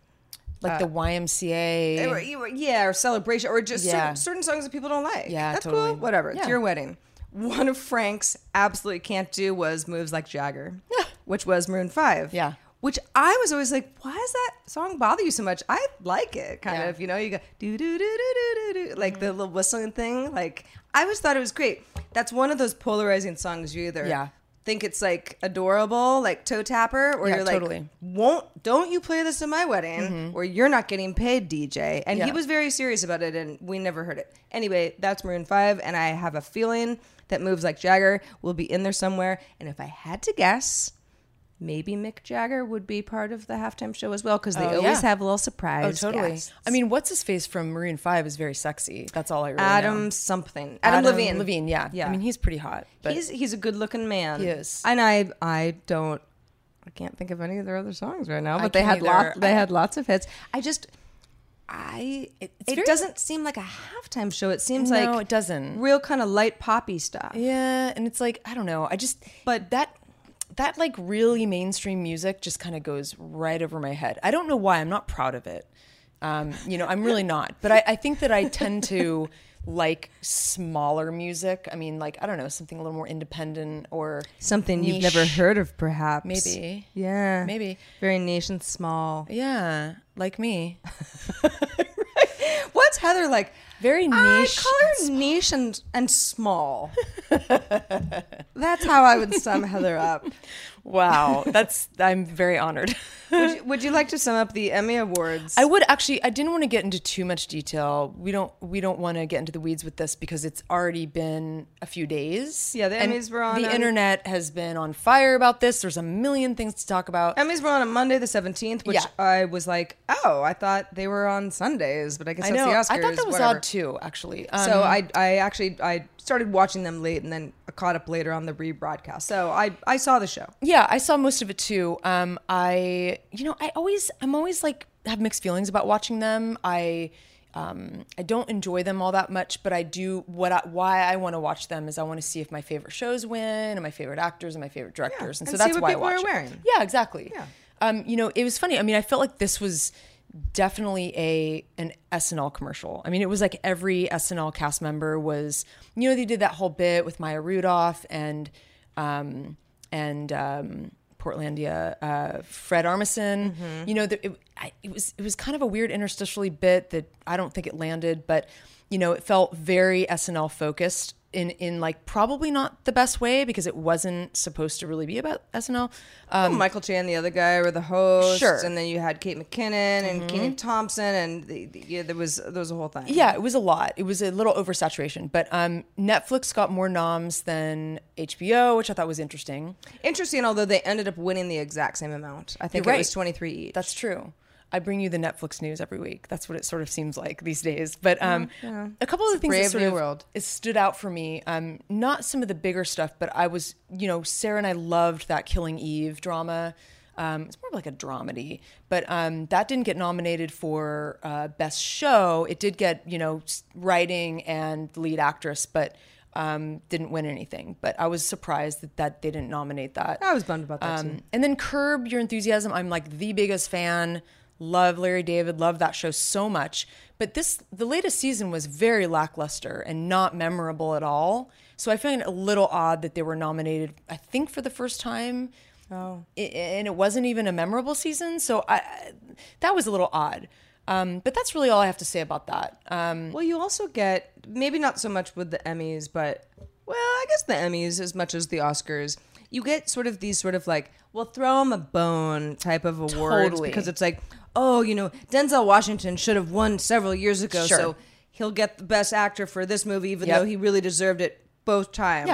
[SPEAKER 2] Like the YMCA.
[SPEAKER 1] Or- or- yeah, or celebration, or just
[SPEAKER 2] Yeah.
[SPEAKER 1] certain, certain songs that people don't like.
[SPEAKER 2] Yeah,
[SPEAKER 1] that's
[SPEAKER 2] totally.
[SPEAKER 1] cool. Whatever. It's
[SPEAKER 2] Yeah.
[SPEAKER 1] your wedding. One of Frank's absolutely can't do was moves like Jagger, which was Maroon Five.
[SPEAKER 2] Yeah.
[SPEAKER 1] Which I was always like, why does that song bother you so much? I like it, kind
[SPEAKER 2] Yeah. Mm-hmm.
[SPEAKER 1] of. You know, you go do do do do do do do, like the little whistling thing. Like I always thought it was great. That's one of those polarizing songs. You either
[SPEAKER 2] Yeah.
[SPEAKER 1] think it's like adorable, like toe tapper, or
[SPEAKER 2] Yeah,
[SPEAKER 1] you're like,
[SPEAKER 2] totally. Mm-hmm.
[SPEAKER 1] won't don't you play this in my wedding or you're not getting paid dj and he
[SPEAKER 2] Yeah.
[SPEAKER 1] was very serious about it and we never heard it anyway that's maroon 5 and i have a feeling that moves like jagger will be in there somewhere and if i had to guess maybe mick jagger would be part of the halftime show as well because they
[SPEAKER 2] Oh,
[SPEAKER 1] always
[SPEAKER 2] yeah.
[SPEAKER 1] have a little
[SPEAKER 2] Oh,
[SPEAKER 1] surprise
[SPEAKER 2] totally.
[SPEAKER 1] guests.
[SPEAKER 2] I mean, what's his face from Maroon 5 is very sexy. That's all I really
[SPEAKER 1] adam
[SPEAKER 2] know.
[SPEAKER 1] something adam, levine
[SPEAKER 2] Levine, yeah.
[SPEAKER 1] yeah
[SPEAKER 2] I mean, he's pretty hot. But
[SPEAKER 1] he's he's a good looking man.
[SPEAKER 2] He is.
[SPEAKER 1] and I I don't I can't think of any of their other songs right now,
[SPEAKER 2] I
[SPEAKER 1] but they had
[SPEAKER 2] can't either.
[SPEAKER 1] lots. They had lots of hits. I just, I it,
[SPEAKER 2] it's very-
[SPEAKER 1] doesn't seem like a halftime show. It seems
[SPEAKER 2] No,
[SPEAKER 1] like
[SPEAKER 2] it doesn't.
[SPEAKER 1] Real kind of light poppy stuff.
[SPEAKER 2] Yeah, and it's like I don't know. I just
[SPEAKER 1] But-
[SPEAKER 2] but that that like really mainstream music just kind of goes right over my head. I don't know why. I'm not proud of it. Um, you know, I'm really not. But I, I think that I tend to like smaller music. I mean, like I don't know, something a little more independent or
[SPEAKER 1] Something you've
[SPEAKER 2] niche.
[SPEAKER 1] never heard of, perhaps.
[SPEAKER 2] Maybe.
[SPEAKER 1] Yeah.
[SPEAKER 2] Maybe.
[SPEAKER 1] Very niche and small.
[SPEAKER 2] Yeah, like me.
[SPEAKER 1] What's Heather like?
[SPEAKER 2] Very
[SPEAKER 1] I
[SPEAKER 2] niche
[SPEAKER 1] call her niche and and small. That's how I would sum Heather up.
[SPEAKER 2] Wow, that's I'm very honored.
[SPEAKER 1] Would you, would you like to sum up the Emmy Awards?
[SPEAKER 2] I would actually. I didn't want to get into too much detail. We don't. We don't want to get into the weeds with this because it's already been a few days.
[SPEAKER 1] Yeah, the
[SPEAKER 2] And
[SPEAKER 1] Emmys were on
[SPEAKER 2] The
[SPEAKER 1] on-
[SPEAKER 2] internet has been on fire about this. There's a million things to talk about.
[SPEAKER 1] Emmys were on a Monday the seventeenth, which
[SPEAKER 2] Yeah.
[SPEAKER 1] I was like, oh, I thought they were on Sundays, but I guess
[SPEAKER 2] I
[SPEAKER 1] that's
[SPEAKER 2] know.
[SPEAKER 1] the
[SPEAKER 2] I
[SPEAKER 1] Oscars.
[SPEAKER 2] thought that was
[SPEAKER 1] whatever.
[SPEAKER 2] odd too. Actually.
[SPEAKER 1] So
[SPEAKER 2] Um,
[SPEAKER 1] I, I actually I started watching them late and then caught up later on the rebroadcast. So I, I saw the show.
[SPEAKER 2] Yeah, I saw most of it too. Um, I, you know, I always, I'm always like have mixed feelings about watching them. I, um, I don't enjoy them all that much, but I do what I, why I want to watch them is I want to see if my favorite shows win and my favorite actors and my favorite directors, and,
[SPEAKER 1] and
[SPEAKER 2] so
[SPEAKER 1] see
[SPEAKER 2] that's
[SPEAKER 1] what
[SPEAKER 2] why
[SPEAKER 1] people
[SPEAKER 2] I
[SPEAKER 1] are
[SPEAKER 2] watch. it.
[SPEAKER 1] wearing.
[SPEAKER 2] Yeah, exactly. Yeah. Um, you know, it was funny. I mean, I felt like this was definitely a an SNL commercial. I mean, it was like every SNL cast member was. You know, they did that whole bit with Maya Rudolph and um, and um, Portlandia uh, Fred Armisen. You know, the, it, I, it was it was kind of a weird interstitially bit that I don't think it landed, but you know, it felt very SNL focused in in like probably not the best way because it wasn't supposed to really be about SNL. Um,
[SPEAKER 1] Michael Chan, the other guy, were the hosts.
[SPEAKER 2] Sure. Mm-hmm.
[SPEAKER 1] And then you had Kate McKinnon and Keenan Thompson, and the, the- yeah, there was there was a whole thing.
[SPEAKER 2] Yeah, it was a lot. It was a little oversaturation, but um, Netflix got more noms than HBO, which I thought was interesting.
[SPEAKER 1] Interesting, although they ended up winning the exact same amount. I think
[SPEAKER 2] You're
[SPEAKER 1] it was
[SPEAKER 2] right.
[SPEAKER 1] twenty three each.
[SPEAKER 2] That's true. I bring you the Netflix news every week. That's what it sort of seems like these days. But um, a couple of the things
[SPEAKER 1] brave
[SPEAKER 2] that sort
[SPEAKER 1] new
[SPEAKER 2] of
[SPEAKER 1] world.
[SPEAKER 2] it stood out for me. Um, not some of the bigger stuff, but I was, you know, Sarah and I loved that Killing Eve drama. Um, it's more of like a dramedy, but um, that didn't get nominated for uh, best show. It did get, you know, s- writing and lead actress, but um, didn't win anything. But I was surprised that, that they didn't nominate that.
[SPEAKER 1] I was bummed about that too.
[SPEAKER 2] Um, And then Curb Your Enthusiasm. I'm like the biggest fan. Love Larry David. Love that show so much. But this, the latest season was very lackluster and not memorable at all. So I find it a little odd that they were nominated. I think for the first time. Oh. And it wasn't even a memorable season. So I, that was a little odd. Um, but that's really all I have to say about that. Um,
[SPEAKER 1] Well, you also get maybe not so much with the Emmys, but well, I guess the Emmys as much as the Oscars. You get sort of these sort of like, well, throw them a bone type of awards
[SPEAKER 2] Totally.
[SPEAKER 1] because it's like, oh, you know, Denzel Washington should have won several years ago,
[SPEAKER 2] Sure.
[SPEAKER 1] so he'll get the best actor for this movie, even
[SPEAKER 2] Yep.
[SPEAKER 1] though he really deserved it both times.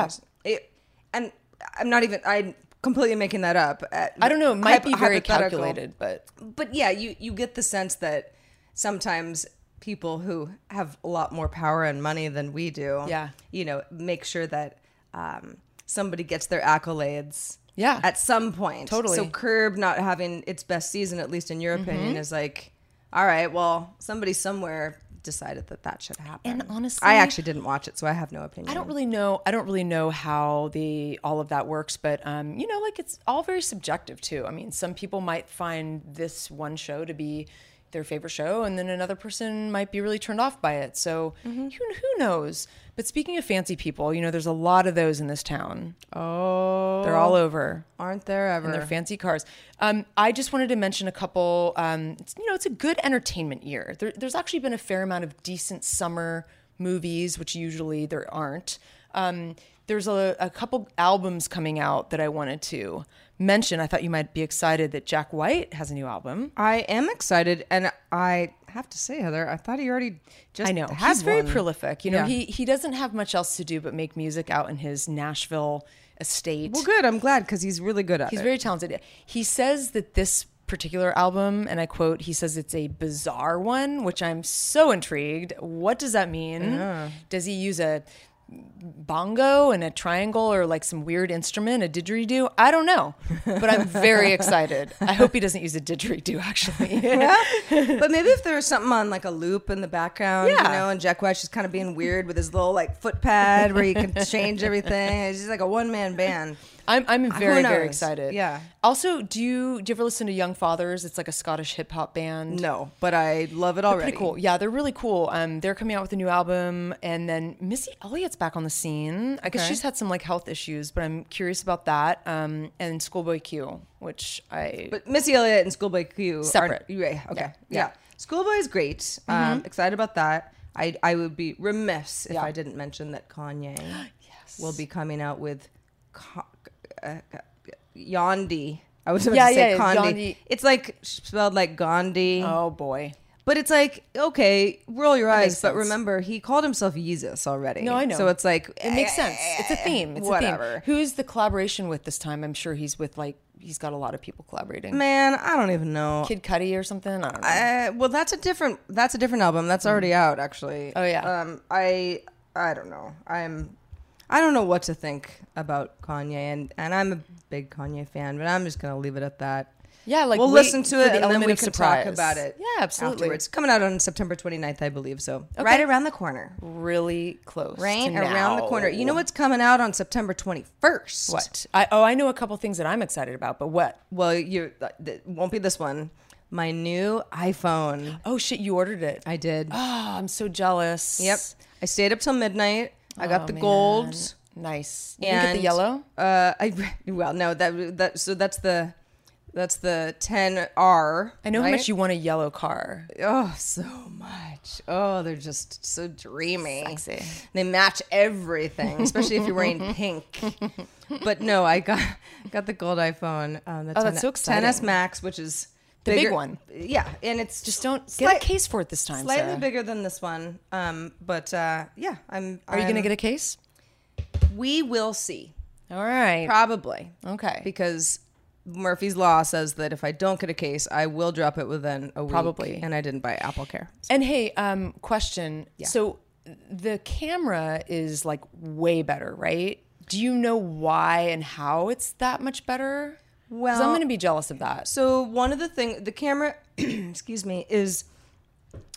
[SPEAKER 2] Yeah.
[SPEAKER 1] It, and I'm not even I'm completely making that up. Uh,
[SPEAKER 2] I don't know. It might be
[SPEAKER 1] hypo-
[SPEAKER 2] very
[SPEAKER 1] hypothetical
[SPEAKER 2] calculated, but
[SPEAKER 1] but yeah, you you get the sense that sometimes people who have a lot more power and money than we do,
[SPEAKER 2] Yeah.
[SPEAKER 1] you know, make sure that um, somebody gets their accolades,
[SPEAKER 2] Yeah.
[SPEAKER 1] at some point.
[SPEAKER 2] Totally. Mm-hmm.
[SPEAKER 1] So Curb not having its best season, at least in your opinion, is like, all right, well, somebody somewhere decided that that should happen.
[SPEAKER 2] And honestly-
[SPEAKER 1] I actually didn't watch it, so I have no opinion.
[SPEAKER 2] I don't really know. I don't really know how the all of that works, but um, you know, like it's all very subjective too. I mean, some people might find this one show to be their favorite show, and then another person might be really turned off by it. So who, who knows? But speaking of fancy people, you know, there's a lot of those in this town. Oh, they're all over
[SPEAKER 1] Aren't there ever?
[SPEAKER 2] and their fancy cars. Um, I just wanted to mention a couple. Um, it's, you know, it's a good entertainment year. There, there's actually been a fair amount of decent summer movies, which usually there aren't. Um, there's a, a couple albums coming out that I wanted to mention. I thought you might be excited that Jack White has a new album.
[SPEAKER 1] I am excited, and I have to say, Heather, I thought he already just
[SPEAKER 2] I know
[SPEAKER 1] had
[SPEAKER 2] he's very
[SPEAKER 1] one.
[SPEAKER 2] prolific. You know,
[SPEAKER 1] Yeah.
[SPEAKER 2] he he doesn't have much else to do but make music out in his Nashville estate.
[SPEAKER 1] Well, good. I'm glad because he's really good at
[SPEAKER 2] He's
[SPEAKER 1] it.
[SPEAKER 2] very talented. He says that this particular album, and I quote, he says it's a bizarre one, which I'm so intrigued. What does that mean? Does he use a bongo and a triangle or like some weird instrument, a didgeridoo. I don't know, but I'm very excited. I hope he doesn't use a didgeridoo actually.
[SPEAKER 1] but maybe if there was something on like a loop in the background, you
[SPEAKER 2] Yeah.
[SPEAKER 1] know, and Jack Welch is kind of being weird with his little like foot pad where he can change everything. It's just like a one man band.
[SPEAKER 2] I'm I'm very very
[SPEAKER 1] knows?
[SPEAKER 2] excited.
[SPEAKER 1] Yeah.
[SPEAKER 2] Also, do you do you ever listen to Young Fathers? It's like a Scottish hip hop band.
[SPEAKER 1] No, but I love it already.
[SPEAKER 2] Pretty cool. Yeah, they're really cool. Um, they're coming out with a new album, and then Missy Elliott's back on the scene. I guess
[SPEAKER 1] Okay.
[SPEAKER 2] she's had some like health issues, but I'm curious about that. Um, and Schoolboy Q, which I
[SPEAKER 1] But Missy Elliott and Schoolboy Q are-
[SPEAKER 2] Separate.
[SPEAKER 1] yeah, okay. Yeah.
[SPEAKER 2] Yeah. Mm-hmm.
[SPEAKER 1] Schoolboy is great. Um, excited about that. I I would be remiss if
[SPEAKER 2] Yeah.
[SPEAKER 1] I didn't mention that Kanye will be coming out with co- uh, Yandi. I was about
[SPEAKER 2] Yeah,
[SPEAKER 1] to say
[SPEAKER 2] yeah,
[SPEAKER 1] Condi.
[SPEAKER 2] Yandi.
[SPEAKER 1] It's like spelled like Gandhi.
[SPEAKER 2] oh boy,
[SPEAKER 1] But it's like, okay, roll your eyes.
[SPEAKER 2] makes
[SPEAKER 1] But
[SPEAKER 2] sense.
[SPEAKER 1] remember, he called himself Jesus already.
[SPEAKER 2] No, I know.
[SPEAKER 1] So it's like, eh,
[SPEAKER 2] it makes sense. It's a theme. It's
[SPEAKER 1] whatever.
[SPEAKER 2] A theme. Who's the collaboration with this time? I'm sure he's with like he's got a lot of people collaborating.
[SPEAKER 1] man, I don't even know.
[SPEAKER 2] Kid Cudi or something. I don't know.
[SPEAKER 1] Uh, well, that's a different that's a different album. That's already out, actually.
[SPEAKER 2] Oh, yeah.
[SPEAKER 1] Um, I I don't know. I'm I don't know what to think about Kanye, and and I'm a big Kanye fan, but I'm just gonna leave it at that.
[SPEAKER 2] Yeah, like
[SPEAKER 1] we'll
[SPEAKER 2] wait
[SPEAKER 1] listen to
[SPEAKER 2] for
[SPEAKER 1] it
[SPEAKER 2] the
[SPEAKER 1] and then
[SPEAKER 2] element
[SPEAKER 1] we
[SPEAKER 2] of
[SPEAKER 1] can talk
[SPEAKER 2] surprise.
[SPEAKER 1] about it.
[SPEAKER 2] Yeah, absolutely.
[SPEAKER 1] Afterwards, coming out on September 29th, I believe. So right around the corner.
[SPEAKER 2] really close.
[SPEAKER 1] Right
[SPEAKER 2] to
[SPEAKER 1] around the
[SPEAKER 2] now.
[SPEAKER 1] corner. You know what's coming out on September 21st?
[SPEAKER 2] What? I, oh, I know a couple things that I'm excited about, but what?
[SPEAKER 1] Well, you it won't be this one. My new iPhone.
[SPEAKER 2] Oh shit, you ordered it.
[SPEAKER 1] I did.
[SPEAKER 2] oh, I'm so jealous.
[SPEAKER 1] Yep. I stayed up till midnight. I got
[SPEAKER 2] Oh,
[SPEAKER 1] the
[SPEAKER 2] man.
[SPEAKER 1] gold.
[SPEAKER 2] Nice. You
[SPEAKER 1] And
[SPEAKER 2] didn't get the yellow?
[SPEAKER 1] Uh, I well, no, that that so that's the that's the 10R.
[SPEAKER 2] I know how much you want a yellow car.
[SPEAKER 1] Oh, so much. Oh, they're just so dreamy.
[SPEAKER 2] Sexy.
[SPEAKER 1] They match everything, especially if you're wearing pink. But no, I got got the gold iPhone. Um, the
[SPEAKER 2] Oh, that's so
[SPEAKER 1] 10 10s
[SPEAKER 2] exciting.
[SPEAKER 1] Max, which is
[SPEAKER 2] The big one.
[SPEAKER 1] Yeah, and it's
[SPEAKER 2] Just don't
[SPEAKER 1] slight-
[SPEAKER 2] get a case for it this time.
[SPEAKER 1] Slightly
[SPEAKER 2] Sarah.
[SPEAKER 1] bigger than this one, um, but uh, yeah, I'm.
[SPEAKER 2] Are you gonna get a case?
[SPEAKER 1] We will see.
[SPEAKER 2] All right.
[SPEAKER 1] Probably.
[SPEAKER 2] Okay.
[SPEAKER 1] Because Murphy's Law says that if I don't get a case, I will drop it within a week.
[SPEAKER 2] Probably.
[SPEAKER 1] And I didn't buy Apple Care.
[SPEAKER 2] And hey, um, question. So the camera is like way better, right? Do you know why and how it's that much better? 'Cause
[SPEAKER 1] Well-
[SPEAKER 2] I'm gonna be jealous of that.
[SPEAKER 1] So one of the thing, the camera, excuse me, is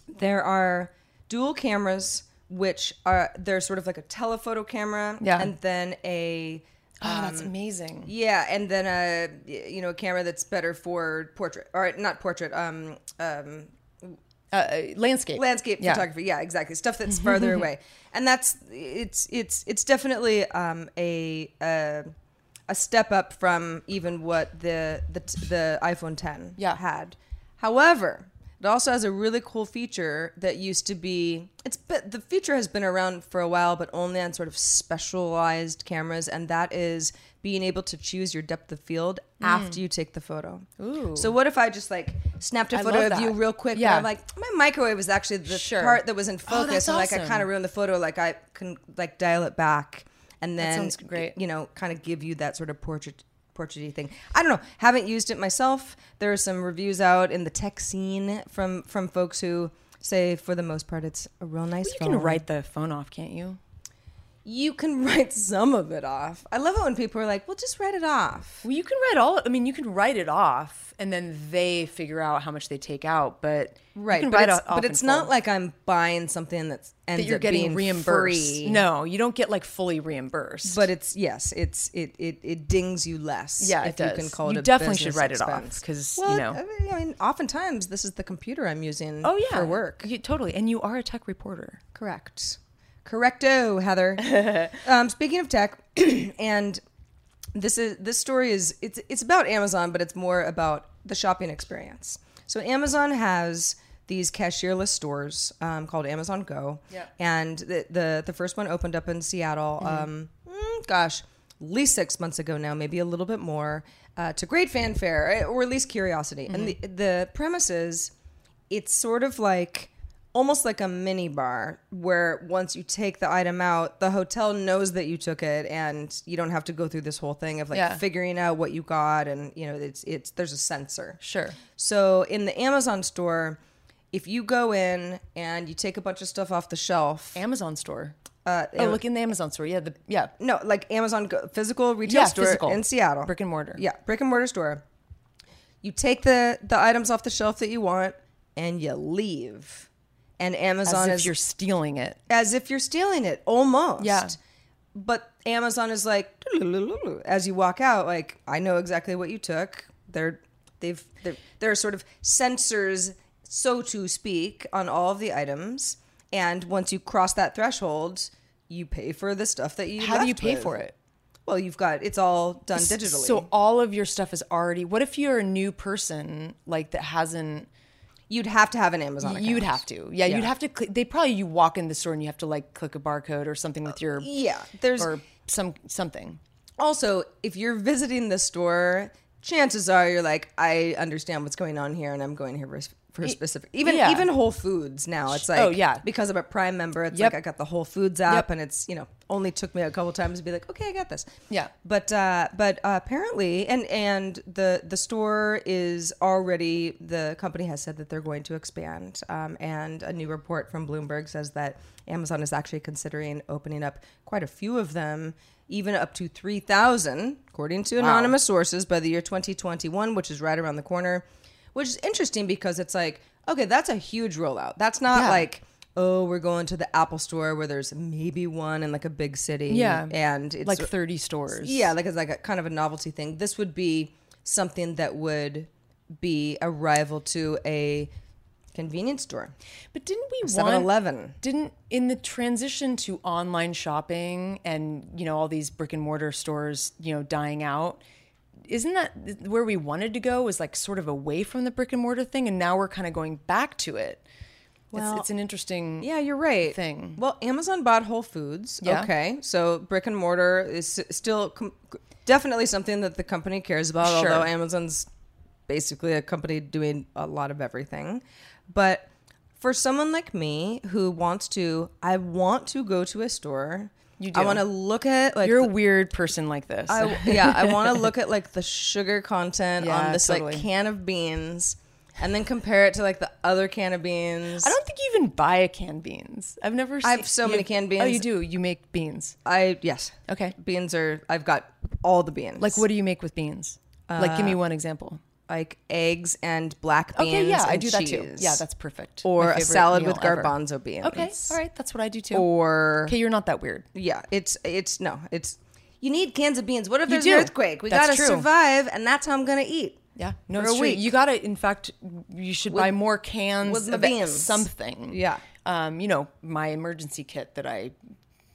[SPEAKER 1] there are dual cameras, which are, they're sort of like a telephoto camera.
[SPEAKER 2] Yeah.
[SPEAKER 1] And then a,
[SPEAKER 2] oh, that's amazing.
[SPEAKER 1] yeah, and then a, you know, a camera that's better for portrait, or not portrait, um,
[SPEAKER 2] uh, Landscape.
[SPEAKER 1] landscape
[SPEAKER 2] Yeah.
[SPEAKER 1] photography yeah exactly stuff that's further away and that's it's it's it's definitely um, a, a a step up from even what the the, t- the iphone 10
[SPEAKER 2] Yeah.
[SPEAKER 1] had however it also has a really cool feature that used to be it's but the feature has been around for a while but only on sort of specialized cameras and that is being able to choose your depth of field after you take the photo. Ooh. So what if I just like snapped a
[SPEAKER 2] Mm. I
[SPEAKER 1] photo
[SPEAKER 2] love
[SPEAKER 1] of you
[SPEAKER 2] that.
[SPEAKER 1] real quick
[SPEAKER 2] Yeah.
[SPEAKER 1] and I'm like my microwave was actually the
[SPEAKER 2] Sure. Oh,
[SPEAKER 1] part that was in focus,
[SPEAKER 2] that's
[SPEAKER 1] and like I
[SPEAKER 2] awesome.
[SPEAKER 1] kind of ruined the photo. Like I can like dial it back, and then
[SPEAKER 2] sounds great.
[SPEAKER 1] You know, kind of give you that sort of portrait portraity thing. I don't know. Haven't used it myself. There are some reviews out in the tech scene from from folks who say for the most part it's a real nice
[SPEAKER 2] You
[SPEAKER 1] phone.
[SPEAKER 2] can write the phone off, can't you?
[SPEAKER 1] you can write some of it off. I love it when people are like, "Well, just write it off."
[SPEAKER 2] Well, you can write all. I mean, you can write it off, and then they figure out how much they take out. But you
[SPEAKER 1] Right,
[SPEAKER 2] can
[SPEAKER 1] but
[SPEAKER 2] write
[SPEAKER 1] it's,
[SPEAKER 2] it off
[SPEAKER 1] but
[SPEAKER 2] in
[SPEAKER 1] it's not
[SPEAKER 2] full.
[SPEAKER 1] like I'm buying something that's ends
[SPEAKER 2] that you're
[SPEAKER 1] up
[SPEAKER 2] getting
[SPEAKER 1] being
[SPEAKER 2] reimbursed.
[SPEAKER 1] free.
[SPEAKER 2] No, you don't get like fully reimbursed.
[SPEAKER 1] But it's yes, it's it it, it dings you less.
[SPEAKER 2] Yeah,
[SPEAKER 1] if
[SPEAKER 2] it
[SPEAKER 1] you can
[SPEAKER 2] does.
[SPEAKER 1] call it.
[SPEAKER 2] You
[SPEAKER 1] a
[SPEAKER 2] definitely should
[SPEAKER 1] business
[SPEAKER 2] write it off,
[SPEAKER 1] expense.
[SPEAKER 2] 'cause, you
[SPEAKER 1] well,
[SPEAKER 2] know.
[SPEAKER 1] I mean, I mean, oftentimes this is the computer I'm using.
[SPEAKER 2] oh yeah,
[SPEAKER 1] for work.
[SPEAKER 2] You- totally. And you are a tech reporter.
[SPEAKER 1] Correct. Correcto, Heather. um, speaking of tech, and this is this story is it's it's about Amazon, but it's more about the shopping experience. So Amazon has these cashierless stores um, called Amazon Go, and the, the the first one opened up in Seattle. Um, mm, gosh, at least six months ago now, maybe a little bit more, uh, to great fanfare eh, or at least curiosity. And the the premise is it's sort of like almost like a mini bar where once you take the item out the hotel knows that you took it and you don't have to go through this whole thing of like
[SPEAKER 2] Yeah.
[SPEAKER 1] figuring out what you got and you know it's it's there's a sensor
[SPEAKER 2] Sure.
[SPEAKER 1] so in the amazon store if you go in and you take a bunch of stuff off the shelf
[SPEAKER 2] Amazon store.
[SPEAKER 1] Uh,
[SPEAKER 2] Oh, look in the Amazon store. Yeah, the yeah.
[SPEAKER 1] no, like Amazon go- physical retail
[SPEAKER 2] Yeah,
[SPEAKER 1] store
[SPEAKER 2] physical.
[SPEAKER 1] in Seattle,
[SPEAKER 2] Brick and mortar.
[SPEAKER 1] Yeah, brick and mortar store. You take the the items off the shelf that you want and you leave, and
[SPEAKER 2] As
[SPEAKER 1] Amazon
[SPEAKER 2] if
[SPEAKER 1] is
[SPEAKER 2] you're stealing it.
[SPEAKER 1] as if you're stealing it almost.
[SPEAKER 2] Yeah.
[SPEAKER 1] But Amazon is like as you walk out, like I know exactly what you took. They're they've they're, there are sort of sensors, so to speak, on all of the items. And once you cross that threshold, you pay for the stuff that you.
[SPEAKER 2] How do you
[SPEAKER 1] left
[SPEAKER 2] pay
[SPEAKER 1] with.
[SPEAKER 2] for it?
[SPEAKER 1] Well, you've got it's all done digitally.
[SPEAKER 2] So all of your stuff is already. What if you're a new person like that hasn't?
[SPEAKER 1] you'd have to have an Amazon. Account.
[SPEAKER 2] You'd have to. Yeah, you'd have to. Cl- they probably you walk in the store and you have to like click a barcode or something with your
[SPEAKER 1] Yeah, there's
[SPEAKER 2] or some something.
[SPEAKER 1] Also, if you're visiting the store, chances are you're like, I understand what's going on here, and I'm going here for, for specific. Even
[SPEAKER 2] yeah.
[SPEAKER 1] even Whole Foods now, it's like,
[SPEAKER 2] Oh, yeah.
[SPEAKER 1] because I'm a Prime member, it's
[SPEAKER 2] Yep.
[SPEAKER 1] like I got the Whole Foods app,
[SPEAKER 2] Yep.
[SPEAKER 1] and it's you know only took me a couple times to be like, okay, I got this.
[SPEAKER 2] Yeah.
[SPEAKER 1] but uh, but uh, apparently, and and the the store is already the company has said that they're going to expand, um, and a new report from Bloomberg says that Amazon is actually considering opening up quite a few of them, even up to three thousand, according to anonymous sources, by the year 2021, which is right around the corner. Which is interesting because it's like, okay, that's a huge rollout. That's not
[SPEAKER 2] Yeah.
[SPEAKER 1] like. Oh, we're going to the Apple store where there's maybe one in like a big city.
[SPEAKER 2] Yeah.
[SPEAKER 1] And it's
[SPEAKER 2] like 30 stores.
[SPEAKER 1] yeah, like it's like a kind of a novelty thing. This would be something that would be a rival to a convenience store.
[SPEAKER 2] But didn't we
[SPEAKER 1] 7-Eleven.
[SPEAKER 2] want Didn't in the transition to online shopping and you know all these brick and mortar stores, you know, dying out, isn't that where we wanted to go was like sort of away from the brick and mortar thing and now we're kind of going back to it.
[SPEAKER 1] Well,
[SPEAKER 2] it's, it's an interesting
[SPEAKER 1] Yeah, you're right.
[SPEAKER 2] Thing.
[SPEAKER 1] Well, Amazon bought Whole Foods.
[SPEAKER 2] Yeah.
[SPEAKER 1] Okay, so brick and mortar is s- still com- definitely something that the company cares about.
[SPEAKER 2] Sure.
[SPEAKER 1] Although Amazon's basically a company doing a lot of everything, but for someone like me who wants to, I want to go to a store.
[SPEAKER 2] You
[SPEAKER 1] I
[SPEAKER 2] do.
[SPEAKER 1] want to look at like
[SPEAKER 2] You're a
[SPEAKER 1] the-
[SPEAKER 2] weird person like this.
[SPEAKER 1] I, yeah, I want to look at like the sugar content
[SPEAKER 2] Yeah,
[SPEAKER 1] on this
[SPEAKER 2] totally.
[SPEAKER 1] like can of beans, and then compare it to like the other can of beans.
[SPEAKER 2] I don't think you even buy a canned beans. I've never seen
[SPEAKER 1] have so many canned
[SPEAKER 2] Oh, you
[SPEAKER 1] beans.
[SPEAKER 2] do. You make beans.
[SPEAKER 1] I yes.
[SPEAKER 2] Okay.
[SPEAKER 1] Beans are. I've got all the beans.
[SPEAKER 2] Like what do you make with beans? like give me one example.
[SPEAKER 1] Like eggs and black Uh, beans.
[SPEAKER 2] Okay, yeah, I
[SPEAKER 1] and
[SPEAKER 2] do that too.
[SPEAKER 1] cheese.
[SPEAKER 2] Yeah, that's perfect.
[SPEAKER 1] Or
[SPEAKER 2] My
[SPEAKER 1] a
[SPEAKER 2] favorite
[SPEAKER 1] salad
[SPEAKER 2] meal
[SPEAKER 1] with
[SPEAKER 2] ever.
[SPEAKER 1] garbanzo beans.
[SPEAKER 2] Okay, all right, that's what I do too.
[SPEAKER 1] Or
[SPEAKER 2] okay, you're not that weird.
[SPEAKER 1] yeah, it's it's no, it's. You need cans of beans. What if
[SPEAKER 2] You
[SPEAKER 1] there's
[SPEAKER 2] do.
[SPEAKER 1] an earthquake? We
[SPEAKER 2] That's
[SPEAKER 1] gotta
[SPEAKER 2] true.
[SPEAKER 1] survive, and that's how I'm gonna eat.
[SPEAKER 2] Yeah, no,
[SPEAKER 1] For
[SPEAKER 2] it's
[SPEAKER 1] a
[SPEAKER 2] true.
[SPEAKER 1] week.
[SPEAKER 2] You gotta. In fact, you should buy more cans
[SPEAKER 1] with my
[SPEAKER 2] of
[SPEAKER 1] beans.
[SPEAKER 2] something.
[SPEAKER 1] Yeah.
[SPEAKER 2] um, you know, my emergency kit that I,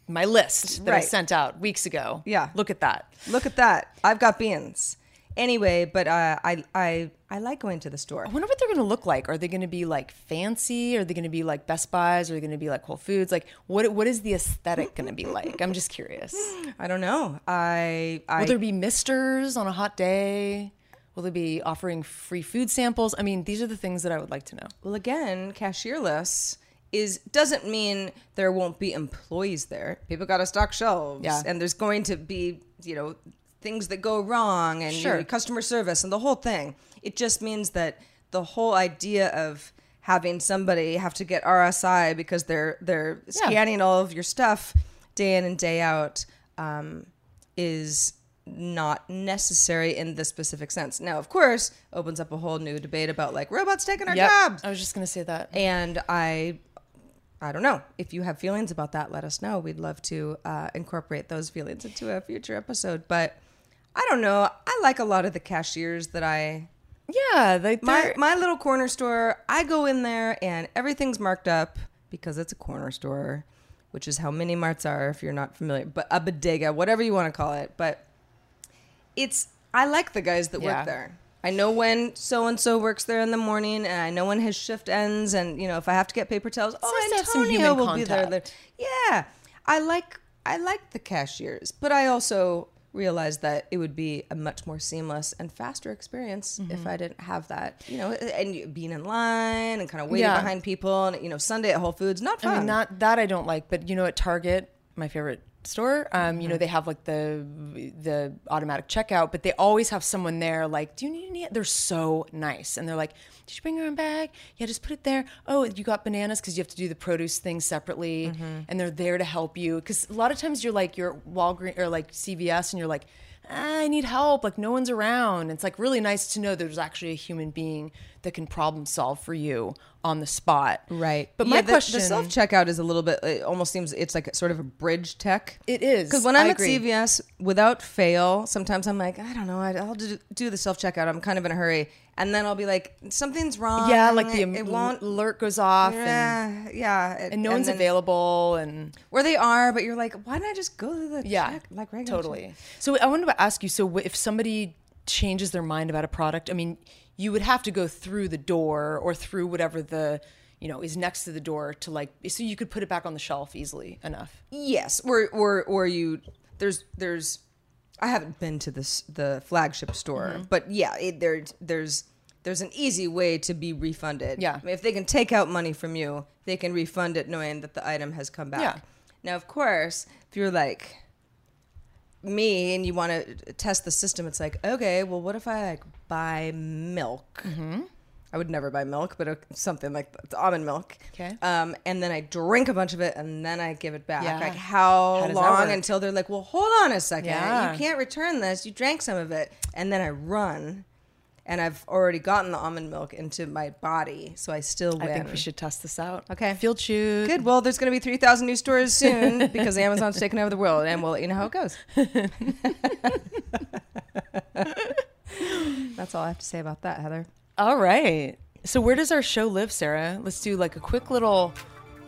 [SPEAKER 2] my list that I
[SPEAKER 1] Right.
[SPEAKER 2] sent out weeks ago.
[SPEAKER 1] Yeah.
[SPEAKER 2] look at that.
[SPEAKER 1] Look at that. I've got beans. Anyway, but uh, I I I like going to the store.
[SPEAKER 2] I wonder what they're going to look like. Are they going to be like fancy? Are they going to be like Best Buys? Are they going to be like Whole Foods? Like, what what is the aesthetic going to be like? I'm just curious.
[SPEAKER 1] I don't know. I I
[SPEAKER 2] Will there be misters on a hot day? Will they be offering free food samples? I mean, these are the things that I would like to know.
[SPEAKER 1] well again, cashierless is doesn't mean there won't be employees there. People got to stock shelves,
[SPEAKER 2] Yeah.
[SPEAKER 1] and there's going to be you know things that go wrong and you
[SPEAKER 2] Sure.
[SPEAKER 1] know, customer service and the whole thing. It just means that the whole idea of having somebody have to get RSI because they're they're scanning all of your stuff day in and day out um, is not necessary in this specific sense. Now, of course, opens up a whole new debate about like robots taking our jobs.
[SPEAKER 2] I was just going to say that.
[SPEAKER 1] And I, I don't know if you have feelings about that. Let us know. We'd love to uh, incorporate those feelings into a future episode. But I don't know. I like a lot of the cashiers that I
[SPEAKER 2] Yeah, they,
[SPEAKER 1] my
[SPEAKER 2] they're-
[SPEAKER 1] my little corner store. I go in there and everything's marked up because it's a corner store, which is how mini marts are if you're not familiar. But a bodega, whatever you want to call it, but it's I like the guys that
[SPEAKER 2] Yeah.
[SPEAKER 1] work there. I know when so and so works there in the morning, and I know when his shift ends. And you know, if I have to get paper towels,
[SPEAKER 2] nice
[SPEAKER 1] oh,
[SPEAKER 2] to have some
[SPEAKER 1] Antonio
[SPEAKER 2] human
[SPEAKER 1] will be there.
[SPEAKER 2] contact.
[SPEAKER 1] later. Yeah, I like I like the cashiers, but I also realized that it would be a much more seamless and faster experience
[SPEAKER 2] Mm-hmm.
[SPEAKER 1] if I didn't have that. You know, and you- being in line and kind of waiting
[SPEAKER 2] Yeah.
[SPEAKER 1] behind people, and you know, Sunday at Whole Foods, not fun.
[SPEAKER 2] I mean, not that I don't like, but you know, at Target, my favorite store. Um, You know, they have like the the automatic checkout, but they always have someone there. Like, do you need any? They're so nice, and they're like, "Did you bring your own bag? Yeah, just put it there. Oh, you got bananas because you have to do the produce thing separately, and they're there to help you. Because a lot of times you're like you're at Walgreens or like CVS, and you're like. "Ah, I need help. Like no one's around. It's like really nice to know there's actually a human being that can problem solve for you on the spot.
[SPEAKER 1] Right.
[SPEAKER 2] But
[SPEAKER 1] Yeah,
[SPEAKER 2] my
[SPEAKER 1] the,
[SPEAKER 2] question
[SPEAKER 1] the self checkout is a little bit. It almost seems it's like sort of a bridge tech.
[SPEAKER 2] It is.
[SPEAKER 1] because when I'm
[SPEAKER 2] I
[SPEAKER 1] at
[SPEAKER 2] agree.
[SPEAKER 1] CVS, without fail, sometimes I'm like, I don't know, I- I'll do, do the self checkout. I'm kind of in a hurry, and then I'll be like, something's wrong.
[SPEAKER 2] yeah, like the
[SPEAKER 1] it, it won't.
[SPEAKER 2] alert goes off and,
[SPEAKER 1] Yeah, yeah, it-
[SPEAKER 2] and no one's
[SPEAKER 1] then-
[SPEAKER 2] available and
[SPEAKER 1] Where they are, but you're like, why didn't I just go to the
[SPEAKER 2] yeah,
[SPEAKER 1] check, like regular check?
[SPEAKER 2] totally. So I wanted to ask you. So wh- if somebody changes their mind about a product, I mean, you would have to go through the door or through whatever the you know is next to the door to like so you could put it back on the shelf easily enough.
[SPEAKER 1] Yes, or or or you there's there's I haven't been to this the flagship store,
[SPEAKER 2] Mm-hmm.
[SPEAKER 1] but yeah, it, there there's there's an easy way to be refunded.
[SPEAKER 2] Yeah.
[SPEAKER 1] I mean, if they can take out money from you, they can refund it knowing that the item has come back.
[SPEAKER 2] Yeah.
[SPEAKER 1] Now, of course, if you're like me and you want to test the system, it's like, okay, well, what if I like buy milk?
[SPEAKER 2] Mm-hmm.
[SPEAKER 1] I would never buy milk, but uh, something like it's almond milk.
[SPEAKER 2] Okay.
[SPEAKER 1] Um, and then I drink a bunch of it, and then I give it back.
[SPEAKER 2] Yeah.
[SPEAKER 1] Like how,
[SPEAKER 2] How does that
[SPEAKER 1] long
[SPEAKER 2] work?
[SPEAKER 1] until they're like, well, hold on a second,
[SPEAKER 2] Yeah.
[SPEAKER 1] you can't return this. You drank some of it, and then I run, and I've already gotten the almond milk into my body, so I still win.
[SPEAKER 2] I think we should test this out.
[SPEAKER 1] Okay.
[SPEAKER 2] field shoot.
[SPEAKER 1] Good. Well, there's going to be 3,000 new stores soon because Amazon's taking over the world, and we'll let you know how it goes. That's all I have to say about that, Heather.
[SPEAKER 2] All right. So where does our show live, Sarah? Let's do like a quick little,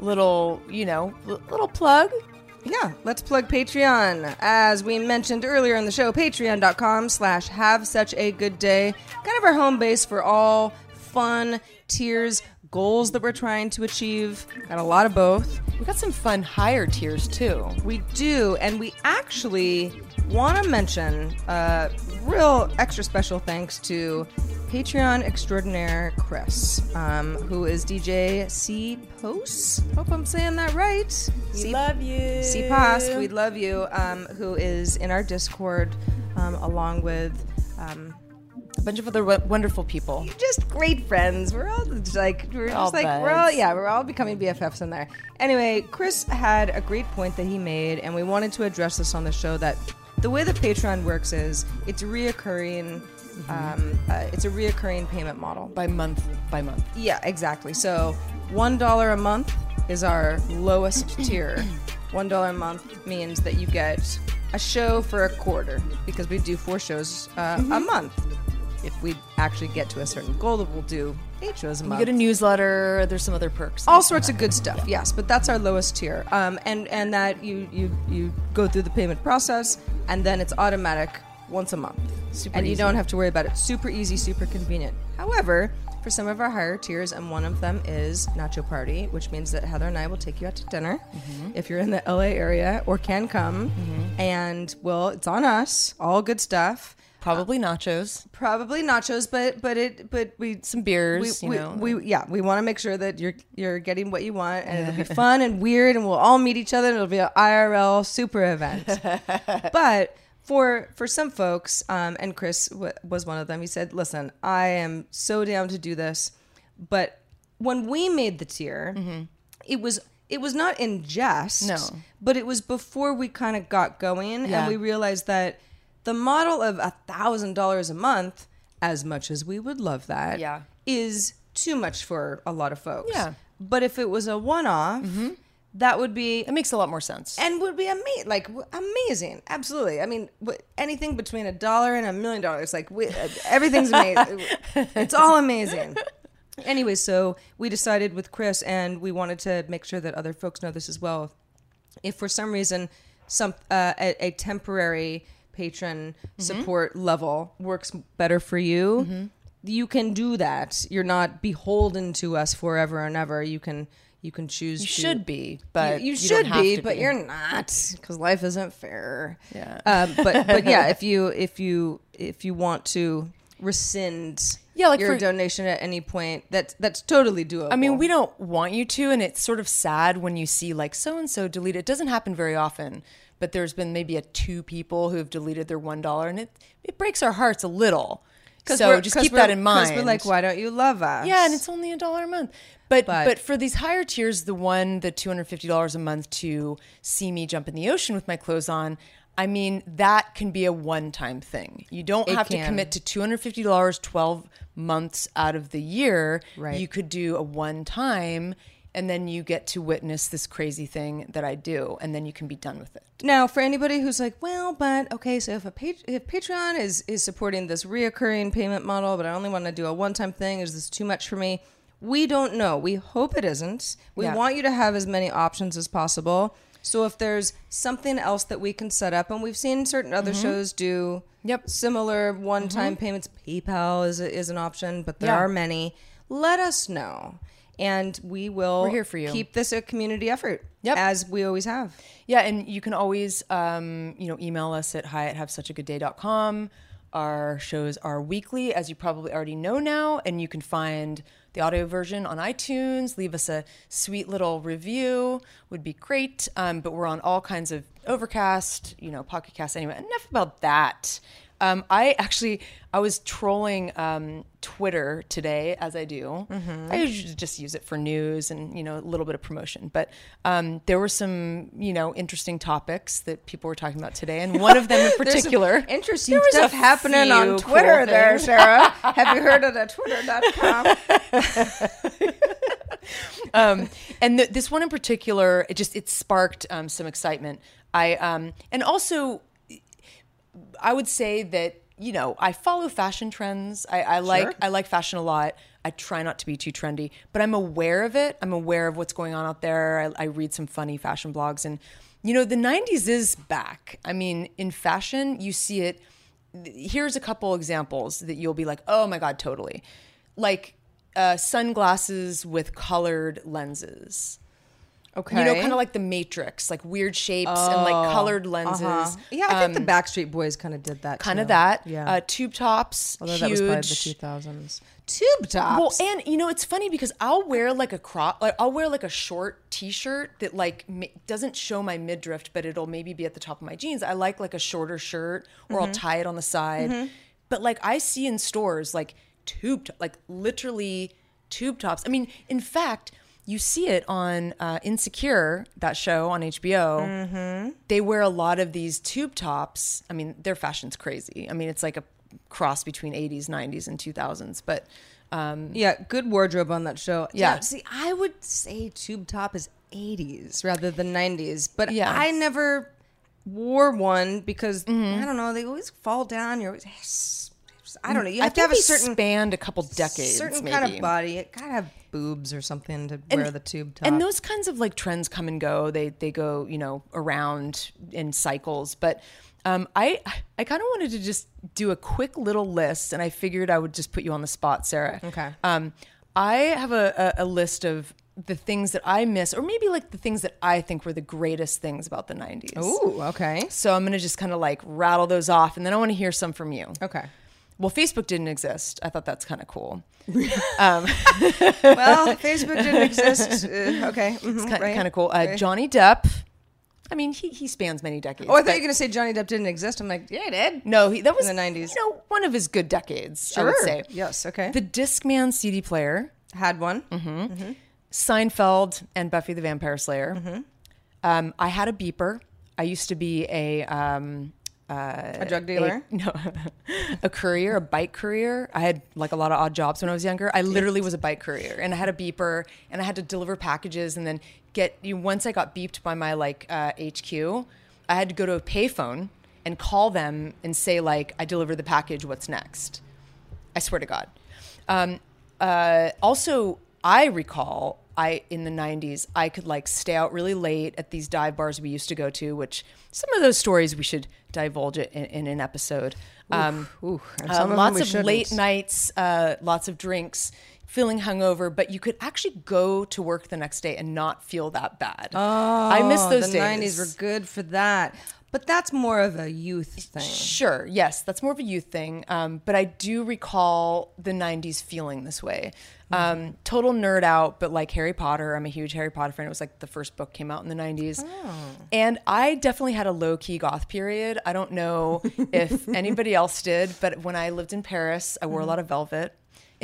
[SPEAKER 2] little, you know, l- little plug.
[SPEAKER 1] Yeah, let's plug Patreon. As we mentioned earlier in the show, patreon.com slash have such a good day. Kind of our home base for all fun, tiers, goals that we're trying to achieve. Got a lot of both.
[SPEAKER 2] We got some fun higher tiers too.
[SPEAKER 1] We do, and we actually want to mention a real extra special thanks to Patreon extraordinaire Chris, um, who is DJ C Post. Hope I'm saying that right. We
[SPEAKER 2] love you.
[SPEAKER 1] C Post, we love you. Um, who is in our Discord um, along with. Um,
[SPEAKER 2] A bunch of other w- wonderful people.
[SPEAKER 1] just great friends. We're all just like we're
[SPEAKER 2] all
[SPEAKER 1] just like we're all
[SPEAKER 2] buds.
[SPEAKER 1] yeah, we're all becoming BFFs in there. Anyway, Chris had a great point that he made, and we wanted to address this on the show. That the way that Patreon works is it's reoccurring.
[SPEAKER 2] Mm-hmm.
[SPEAKER 1] Um, uh, it's a reoccurring payment model.
[SPEAKER 2] By month, by month.
[SPEAKER 1] Yeah, exactly. So one dollar a month is our lowest tier. One dollar a month means that you get a show for a quarter because we do four shows uh, a
[SPEAKER 2] Mm-hmm.
[SPEAKER 1] month. If we actually get to a certain goal, that we'll do eight shows a
[SPEAKER 2] You
[SPEAKER 1] month. Oh, uh,
[SPEAKER 2] get a newsletter. There's some other perks.
[SPEAKER 1] all sorts of good stuff, yes, but that's our lowest tier. Um, and and that you you you go through the payment process, and then it's automatic once a month,
[SPEAKER 2] Super
[SPEAKER 1] and you
[SPEAKER 2] easy.
[SPEAKER 1] don't have to worry about it. Super easy, super convenient. However, for some of our higher tiers, and one of them is Nacho Party, which means that Heather and I will take you out to dinner
[SPEAKER 2] Mm-hmm.
[SPEAKER 1] if you're in the LA area or can come, and well, it's on us. All good stuff.
[SPEAKER 2] Probably nachos.
[SPEAKER 1] Probably nachos, but but it but we
[SPEAKER 2] Some beers,
[SPEAKER 1] we,
[SPEAKER 2] you
[SPEAKER 1] we,
[SPEAKER 2] know.
[SPEAKER 1] we- yeah, we want to make sure that you're you're getting what you want, and it'll be fun and weird, and we'll all meet each other, and it'll be an IRL super event. but for for some folks, um, and Chris w- was one of them. He said, "Listen, I am so down to do this, but when we made the tier, it was." It was not in jest,
[SPEAKER 2] Mm-hmm. No.
[SPEAKER 1] but it was before we kind of got going,
[SPEAKER 2] Yeah.
[SPEAKER 1] and we realized that the model of a thousand dollars a month, as much as we would love that,
[SPEAKER 2] Yeah.
[SPEAKER 1] is too much for a lot of folks.
[SPEAKER 2] Yeah. Mm-hmm.
[SPEAKER 1] But if it was a one-off, that would be
[SPEAKER 2] It makes a lot more sense.
[SPEAKER 1] and would be amazing, like w- amazing, absolutely. I mean, w- anything between a dollar and a million dollars, like we, uh, everything's amazing. it's all amazing. Anyway, so we decided with Chris, and we wanted to make sure that other folks know this as well. If for some reason some uh, a, a temporary patron
[SPEAKER 2] Mm-hmm.
[SPEAKER 1] support level works better for you, you can do that. You're not beholden to us forever and ever. You can you can choose.
[SPEAKER 2] you
[SPEAKER 1] to-
[SPEAKER 2] should be, but
[SPEAKER 1] you, you
[SPEAKER 2] don't
[SPEAKER 1] should
[SPEAKER 2] have
[SPEAKER 1] be,
[SPEAKER 2] to
[SPEAKER 1] but you're not because life isn't fair. Uh,
[SPEAKER 2] Yeah.
[SPEAKER 1] Um, but but yeah, if you if you if you want to rescind
[SPEAKER 2] Yeah, like
[SPEAKER 1] your
[SPEAKER 2] for-
[SPEAKER 1] donation at any point. That's that's totally doable.
[SPEAKER 2] I mean, we don't want you to, and it's sort of sad when you see like so and so delete. It doesn't happen very often, but there's been maybe a two people who have deleted their one dollar, and it it breaks our hearts a little. So just keep that in mind.
[SPEAKER 1] Because we're like, why don't you love us?
[SPEAKER 2] Yeah, and it's only a dollar a month. But,
[SPEAKER 1] But-
[SPEAKER 2] but for these higher tiers, the one the two hundred fifty dollars a month to see me jump in the ocean with my clothes on, I mean that can be a one time thing. You don't
[SPEAKER 1] It
[SPEAKER 2] have to
[SPEAKER 1] can.
[SPEAKER 2] commit to two hundred fifty dollars twelve months out of the year.
[SPEAKER 1] Right.
[SPEAKER 2] You could do a one time, and then you get to witness this crazy thing that I do, and then you can be done with it.
[SPEAKER 1] Now, for anybody who's like, well, but okay, so if a pat- if Patreon is is supporting this reoccurring payment model, but I only want to do a one time thing, is this too much for me? We don't know. We hope it isn't. We
[SPEAKER 2] Yeah.
[SPEAKER 1] want you to have as many options as possible. So if there's something else that we can set up, and we've seen certain other shows do
[SPEAKER 2] Mm-hmm. Yep. Mm-hmm.
[SPEAKER 1] similar one time payments, PayPal is a, is an option, but there
[SPEAKER 2] Yeah.
[SPEAKER 1] are many. Let us know, and we will
[SPEAKER 2] We're here for you.
[SPEAKER 1] keep this a community effort.
[SPEAKER 2] Yep.
[SPEAKER 1] as we always have.
[SPEAKER 2] Yeah, and you can always, um, you know, email us at hi at have such a good day.com. Our shows are weekly, as you probably already know now, and you can find the audio version on iTunes. Leave us a sweet little review, would be great. Um, but we're on all kinds of Overcast, you know, Pocket Cast. Anyway, enough about that. Um, I actually, I was trolling um, Twitter today, as I do.
[SPEAKER 1] Mm-hmm.
[SPEAKER 2] I usually just use it for news and you know a little bit of promotion. But um, there were some you know interesting topics that people were talking about today, and one of them in
[SPEAKER 1] There's some
[SPEAKER 2] particular.
[SPEAKER 1] interesting
[SPEAKER 2] There was
[SPEAKER 1] stuff
[SPEAKER 2] a
[SPEAKER 1] happening on
[SPEAKER 2] few
[SPEAKER 1] Twitter
[SPEAKER 2] cool
[SPEAKER 1] there,
[SPEAKER 2] things.
[SPEAKER 1] Sarah. Have you heard of the twitter.com?
[SPEAKER 2] um, and th- this one in particular, it just it sparked um, some excitement. I um, and also, I would say that you know I follow fashion trends. I, I like I like fashion a lot. I try not to be too trendy, but I'm aware of it. I'm aware of what's going on out there. I, I read some funny fashion blogs, and you know the '90s is back. I mean, in fashion, you see it here's a couple examples that you'll be like, oh my God, totally. Like uh, sunglasses with colored lenses.
[SPEAKER 1] Okay.
[SPEAKER 2] You know, kind of like the Matrix, like weird shapes and like colored lenses.
[SPEAKER 1] Oh, uh-huh. Yeah, I think the Backstreet Boys kind of did that.
[SPEAKER 2] Kind
[SPEAKER 1] too.
[SPEAKER 2] of that.
[SPEAKER 1] Yeah.
[SPEAKER 2] Uh, tube tops.
[SPEAKER 1] Although
[SPEAKER 2] huge.
[SPEAKER 1] that was probably the 2000s. Tube tops.
[SPEAKER 2] Well, and you know, it's funny because I'll wear like a crop, like I'll wear like a short t-shirt that like ma- doesn't show my midriff, but it'll maybe be at the top of my jeans. I like like a shorter shirt, or I'll tie it on the side. But like I see in stores, like tube, to- like literally tube tops. I mean, in fact. You see it on uh, Insecure, that show on HBO they wear a lot of these tube tops. I mean, their fashion's crazy. I mean, it's like a cross between 80s, 90s, and 2000s. But um,
[SPEAKER 1] yeah, good wardrobe on that show.
[SPEAKER 2] Yeah.
[SPEAKER 1] See, I would say tube top is 80s rather than 90s, but
[SPEAKER 2] Yeah.
[SPEAKER 1] I never wore one because
[SPEAKER 2] Mm-hmm.
[SPEAKER 1] I don't know, they always fall down. You're always, I don't know. You
[SPEAKER 2] I
[SPEAKER 1] have
[SPEAKER 2] think
[SPEAKER 1] to have a
[SPEAKER 2] they
[SPEAKER 1] certain
[SPEAKER 2] spanned a couple decades,
[SPEAKER 1] certain
[SPEAKER 2] maybe.
[SPEAKER 1] kind of body. It gotta have boobs or something to wear the tube top.
[SPEAKER 2] And those kinds of like trends come and go. They they go you know around in cycles. But um, I I kind of wanted to just do a quick little list, and I figured I would just put you on the spot, Sarah.
[SPEAKER 1] Okay.
[SPEAKER 2] Um, I have a, a, a list of the things that I miss, or maybe like the things that I think were the greatest things about the '90s.
[SPEAKER 1] Ooh, okay,
[SPEAKER 2] So I'm gonna just kind of like rattle those off, and then I want to hear some from you.
[SPEAKER 1] okay.
[SPEAKER 2] Well, Facebook didn't exist. I thought that's kind of cool.
[SPEAKER 1] Well, Facebook didn't exist. Uh, okay, mhm,
[SPEAKER 2] Kind,
[SPEAKER 1] right.
[SPEAKER 2] kind of cool. Uh, Johnny Depp. I mean, he he spans many decades.
[SPEAKER 1] Oh, I thought
[SPEAKER 2] but-
[SPEAKER 1] you were gonna say Johnny Depp didn't exist. I'm like, yeah, it did.
[SPEAKER 2] No, he, that was
[SPEAKER 1] the 90s.
[SPEAKER 2] You know, one of his good decades. I would
[SPEAKER 1] Sure.
[SPEAKER 2] say.
[SPEAKER 1] Yes, okay.
[SPEAKER 2] The Discman CD player,
[SPEAKER 1] Had one.
[SPEAKER 2] Seinfeld, and Buffy the Vampire Slayer. Um, I had a beeper. I used to be a um,
[SPEAKER 1] A drug dealer.
[SPEAKER 2] no, a courier, a bike courier. I had like a lot of odd jobs when I was younger. I literally was a bike courier, and I had a beeper, and I had to deliver packages, and then get. You, once I got beeped by my like uh, HQ, I had to go to a payphone and call them and say like, "I delivered the package. What's next?" I swear to God. Um, uh, also, I recall I in the '90s I could like stay out really late at these dive bars we used to go to, which some of those stories we should divulge it in, in an episode. Um,
[SPEAKER 1] ooh, and
[SPEAKER 2] uh,
[SPEAKER 1] some of them
[SPEAKER 2] lots
[SPEAKER 1] we
[SPEAKER 2] of
[SPEAKER 1] shouldn't.
[SPEAKER 2] late nights, uh, lots of drinks. Feeling hungover, but you could actually go to work the next day and not feel that bad. Oh, I miss
[SPEAKER 1] Oh,
[SPEAKER 2] those
[SPEAKER 1] the
[SPEAKER 2] days.
[SPEAKER 1] 90s were good for that. But that's more of a youth thing.
[SPEAKER 2] Sure. Yes, that's more of a youth thing. Um, but I do recall the '90s feeling this way.
[SPEAKER 1] Mm-hmm.
[SPEAKER 2] Um, total nerd out, but like Harry Potter, I'm a huge Harry Potter fan. It was like the first book came out in the '90s,
[SPEAKER 1] Oh.
[SPEAKER 2] and I definitely had a low key goth period. I don't know if anybody else did, but when I lived in Paris, I wore a lot of velvet.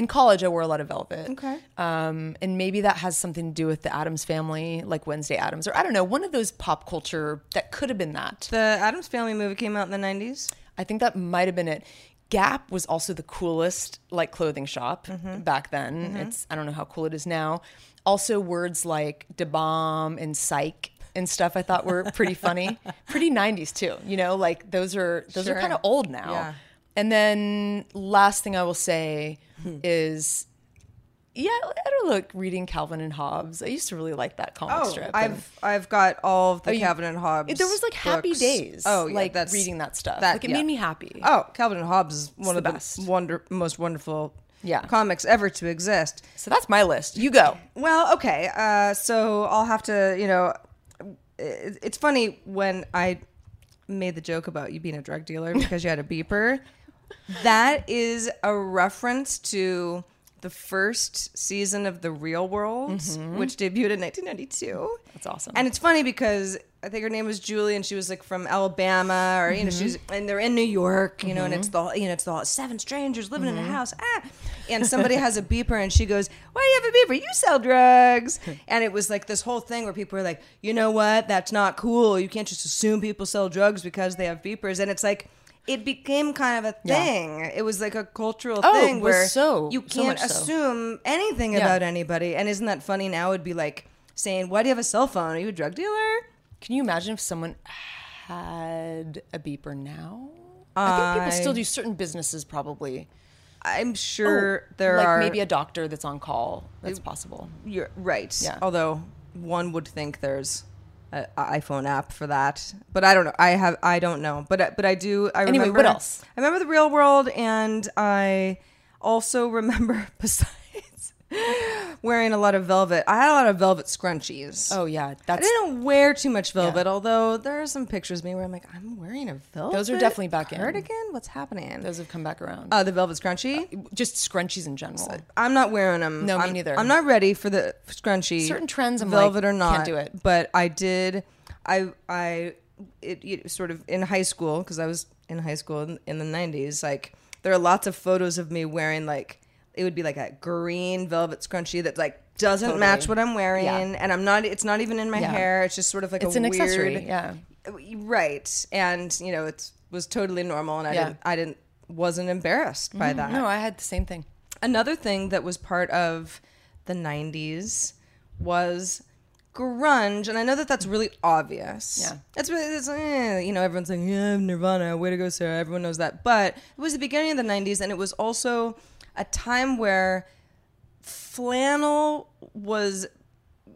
[SPEAKER 2] In college, I wore a lot of velvet.
[SPEAKER 1] Mm-hmm. Okay.
[SPEAKER 2] Um, and maybe that has something to do with the Adams family, like Wednesday Adams, or I don't know, one of those pop culture that could have been that.
[SPEAKER 1] The Adams Family movie came out in the 90s.
[SPEAKER 2] I think that might have been it. Gap was also the coolest like clothing shop
[SPEAKER 1] Mm-hmm.
[SPEAKER 2] back then. It's I don't know how cool it is now. Also words like da bomb and psych and stuff I thought were pretty funny. pretty 90s too. You know, like those are those are
[SPEAKER 1] Sure.
[SPEAKER 2] kind of old now.
[SPEAKER 1] Yeah.
[SPEAKER 2] And then last thing I will say
[SPEAKER 1] Hmm.
[SPEAKER 2] is yeah, I don't look reading Calvin and Hobbes. I used to really like that comic strip. and-
[SPEAKER 1] Oh, I've I've got all of the
[SPEAKER 2] Oh, you-
[SPEAKER 1] Calvin and Hobbes.
[SPEAKER 2] There was like happy
[SPEAKER 1] books.
[SPEAKER 2] days.
[SPEAKER 1] Oh, yeah,
[SPEAKER 2] like
[SPEAKER 1] that's-
[SPEAKER 2] reading that stuff.
[SPEAKER 1] that-
[SPEAKER 2] like it
[SPEAKER 1] yeah.
[SPEAKER 2] made me happy.
[SPEAKER 1] Oh, Calvin and Hobbes is one
[SPEAKER 2] the
[SPEAKER 1] of the
[SPEAKER 2] best.
[SPEAKER 1] wonder most wonderful
[SPEAKER 2] Yeah.
[SPEAKER 1] comics ever to exist.
[SPEAKER 2] So that's my list. You go.
[SPEAKER 1] Well, okay. Uh, so I'll have to, you know, it- it's funny when I made the joke about you being a drug dealer because you had a beeper. That is a reference to the first season of The Real World, which debuted in 1992.
[SPEAKER 2] Mm-hmm. That's awesome.
[SPEAKER 1] And it's funny because I think her name was Julie, and she was like from Alabama, or you
[SPEAKER 2] Mm-hmm.
[SPEAKER 1] know, she's and they're in New York, you know, and it's the you know it's the seven strangers living
[SPEAKER 2] Mm-hmm.
[SPEAKER 1] in a house, ah, and somebody has a beeper, and she goes, "Why do you have a beeper? You sell drugs." and it was like this whole thing where people were like, "You know what? That's not cool. You can't just assume people sell drugs because they have beepers." And it's like. It became kind of a
[SPEAKER 2] Yeah.
[SPEAKER 1] thing. It was like a cultural
[SPEAKER 2] Oh, it
[SPEAKER 1] thing
[SPEAKER 2] was
[SPEAKER 1] where
[SPEAKER 2] so-
[SPEAKER 1] you
[SPEAKER 2] so
[SPEAKER 1] can't
[SPEAKER 2] much so.
[SPEAKER 1] assume assume anything
[SPEAKER 2] Yeah.
[SPEAKER 1] about anybody. And isn't that funny? Now it'd be like saying, "Why do you have a cell phone? Are you a drug dealer?"
[SPEAKER 2] Can you imagine if someone had a beeper now? I think people still do certain businesses probably.
[SPEAKER 1] I'm sure
[SPEAKER 2] Oh,
[SPEAKER 1] there
[SPEAKER 2] like
[SPEAKER 1] are.
[SPEAKER 2] maybe a doctor that's on call. That's possible.
[SPEAKER 1] you're right.
[SPEAKER 2] Yeah.
[SPEAKER 1] Although one would think there's an iPhone app for that, but I don't know. I have. I don't know. But I- but I do. I
[SPEAKER 2] Anyway,
[SPEAKER 1] remember,
[SPEAKER 2] what else?
[SPEAKER 1] I remember the Real World, and I also remember besides wearing a lot of velvet. I had a lot of velvet scrunchies.
[SPEAKER 2] Oh yeah,
[SPEAKER 1] I
[SPEAKER 2] that's
[SPEAKER 1] didn't wear too much velvet, although there are some pictures of me where I'm like, I'm wearing a velvet.
[SPEAKER 2] definitely back in.
[SPEAKER 1] cardigan? What's happening?
[SPEAKER 2] those have come back around.
[SPEAKER 1] uh, the velvet's crunchy.
[SPEAKER 2] Just scrunchies in general.
[SPEAKER 1] I'm not wearing them.
[SPEAKER 2] No, me
[SPEAKER 1] I'm,
[SPEAKER 2] neither.
[SPEAKER 1] I'm not ready for the scrunchy.
[SPEAKER 2] Certain trends I'm
[SPEAKER 1] velvet
[SPEAKER 2] like,
[SPEAKER 1] or not.
[SPEAKER 2] can't do it.
[SPEAKER 1] But I did. I I it, it sort of in high school because I was in high school in, in the 90s. Like there are lots of photos of me wearing like it would be like a green velvet scrunchie that like doesn't match what I'm wearing, and I'm not. It's not even in my
[SPEAKER 2] Yeah.
[SPEAKER 1] hair. It's just sort of like
[SPEAKER 2] it's
[SPEAKER 1] a
[SPEAKER 2] an
[SPEAKER 1] weird,
[SPEAKER 2] accessory. Yeah.
[SPEAKER 1] right and you know it was totally normal and i
[SPEAKER 2] Yeah. Mm-hmm.
[SPEAKER 1] didn't i didn't wasn't embarrassed by that
[SPEAKER 2] No, I had the same thing.
[SPEAKER 1] another thing that was part of the 90s was grunge and i know that that's really obvious
[SPEAKER 2] Yeah.
[SPEAKER 1] it's really it's, eh, you know everyone's like yeah nirvana way to go sarah everyone knows that but it was the beginning of the 90s and it was also a time where flannel was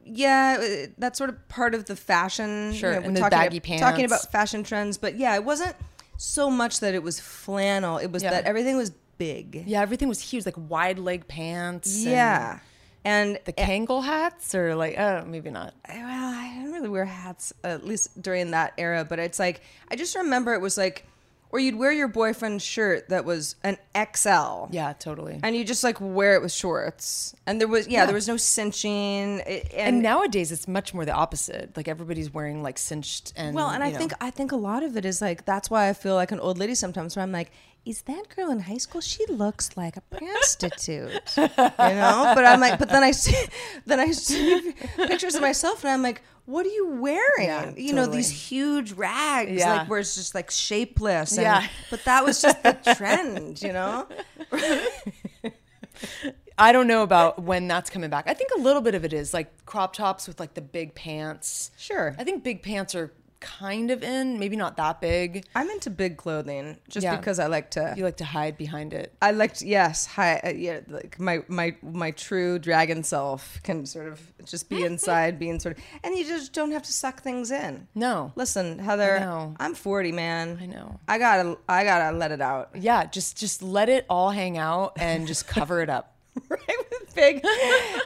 [SPEAKER 1] yeah it- that's sort of part of the fashion
[SPEAKER 2] Sure,
[SPEAKER 1] we're
[SPEAKER 2] and the
[SPEAKER 1] talking
[SPEAKER 2] baggy
[SPEAKER 1] ab- talking
[SPEAKER 2] pants.
[SPEAKER 1] about fashion trends but yeah it wasn't so much that it was flannel it was
[SPEAKER 2] Yeah.
[SPEAKER 1] that everything was big
[SPEAKER 2] Yeah, everything was huge, like wide leg pants. and
[SPEAKER 1] yeah. And
[SPEAKER 2] the Kangol hats, or like, oh, maybe not.
[SPEAKER 1] well, I didn't really wear hats, at least during that era, but it's like, I just remember it was like, or you'd wear your boyfriend's shirt that was an XL.
[SPEAKER 2] Yeah, totally.
[SPEAKER 1] And you just like wear it with shorts. And there was, yeah, there was no cinching. It, and,
[SPEAKER 2] and nowadays, it's much more the opposite. Like everybody's wearing like cinched and
[SPEAKER 1] well, and I
[SPEAKER 2] you know.
[SPEAKER 1] think, I think a lot of it is like, that's why I feel like an old lady sometimes where I'm like, is that girl in high school? She looks like a prostitute, you know? But I'm like, but then I see, then I see pictures of myself, and I'm like, what are you wearing?
[SPEAKER 2] Yeah,
[SPEAKER 1] you know,
[SPEAKER 2] totally.
[SPEAKER 1] these huge rags,
[SPEAKER 2] Yeah.
[SPEAKER 1] like where it's just like shapeless. And,
[SPEAKER 2] Yeah.
[SPEAKER 1] But that was just the trend, you know?
[SPEAKER 2] I don't know about when that's coming back. I think a little bit of it is like crop tops with like the big pants.
[SPEAKER 1] Sure.
[SPEAKER 2] I think big pants are kind of in, maybe not that big.
[SPEAKER 1] I'm into big clothing just
[SPEAKER 2] Yeah.
[SPEAKER 1] because I like to.
[SPEAKER 2] You like to hide behind it.
[SPEAKER 1] I liked yes, hi, uh, yeah, like my my my true dragon self can sort of just be inside, being sort of, and you just don't have to suck things in.
[SPEAKER 2] No.
[SPEAKER 1] listen, Heather,
[SPEAKER 2] I know.
[SPEAKER 1] I'm 40, man. I
[SPEAKER 2] know.
[SPEAKER 1] I gotta I gotta let it out.
[SPEAKER 2] Yeah, just just let it all hang out and just cover it up.
[SPEAKER 1] right with big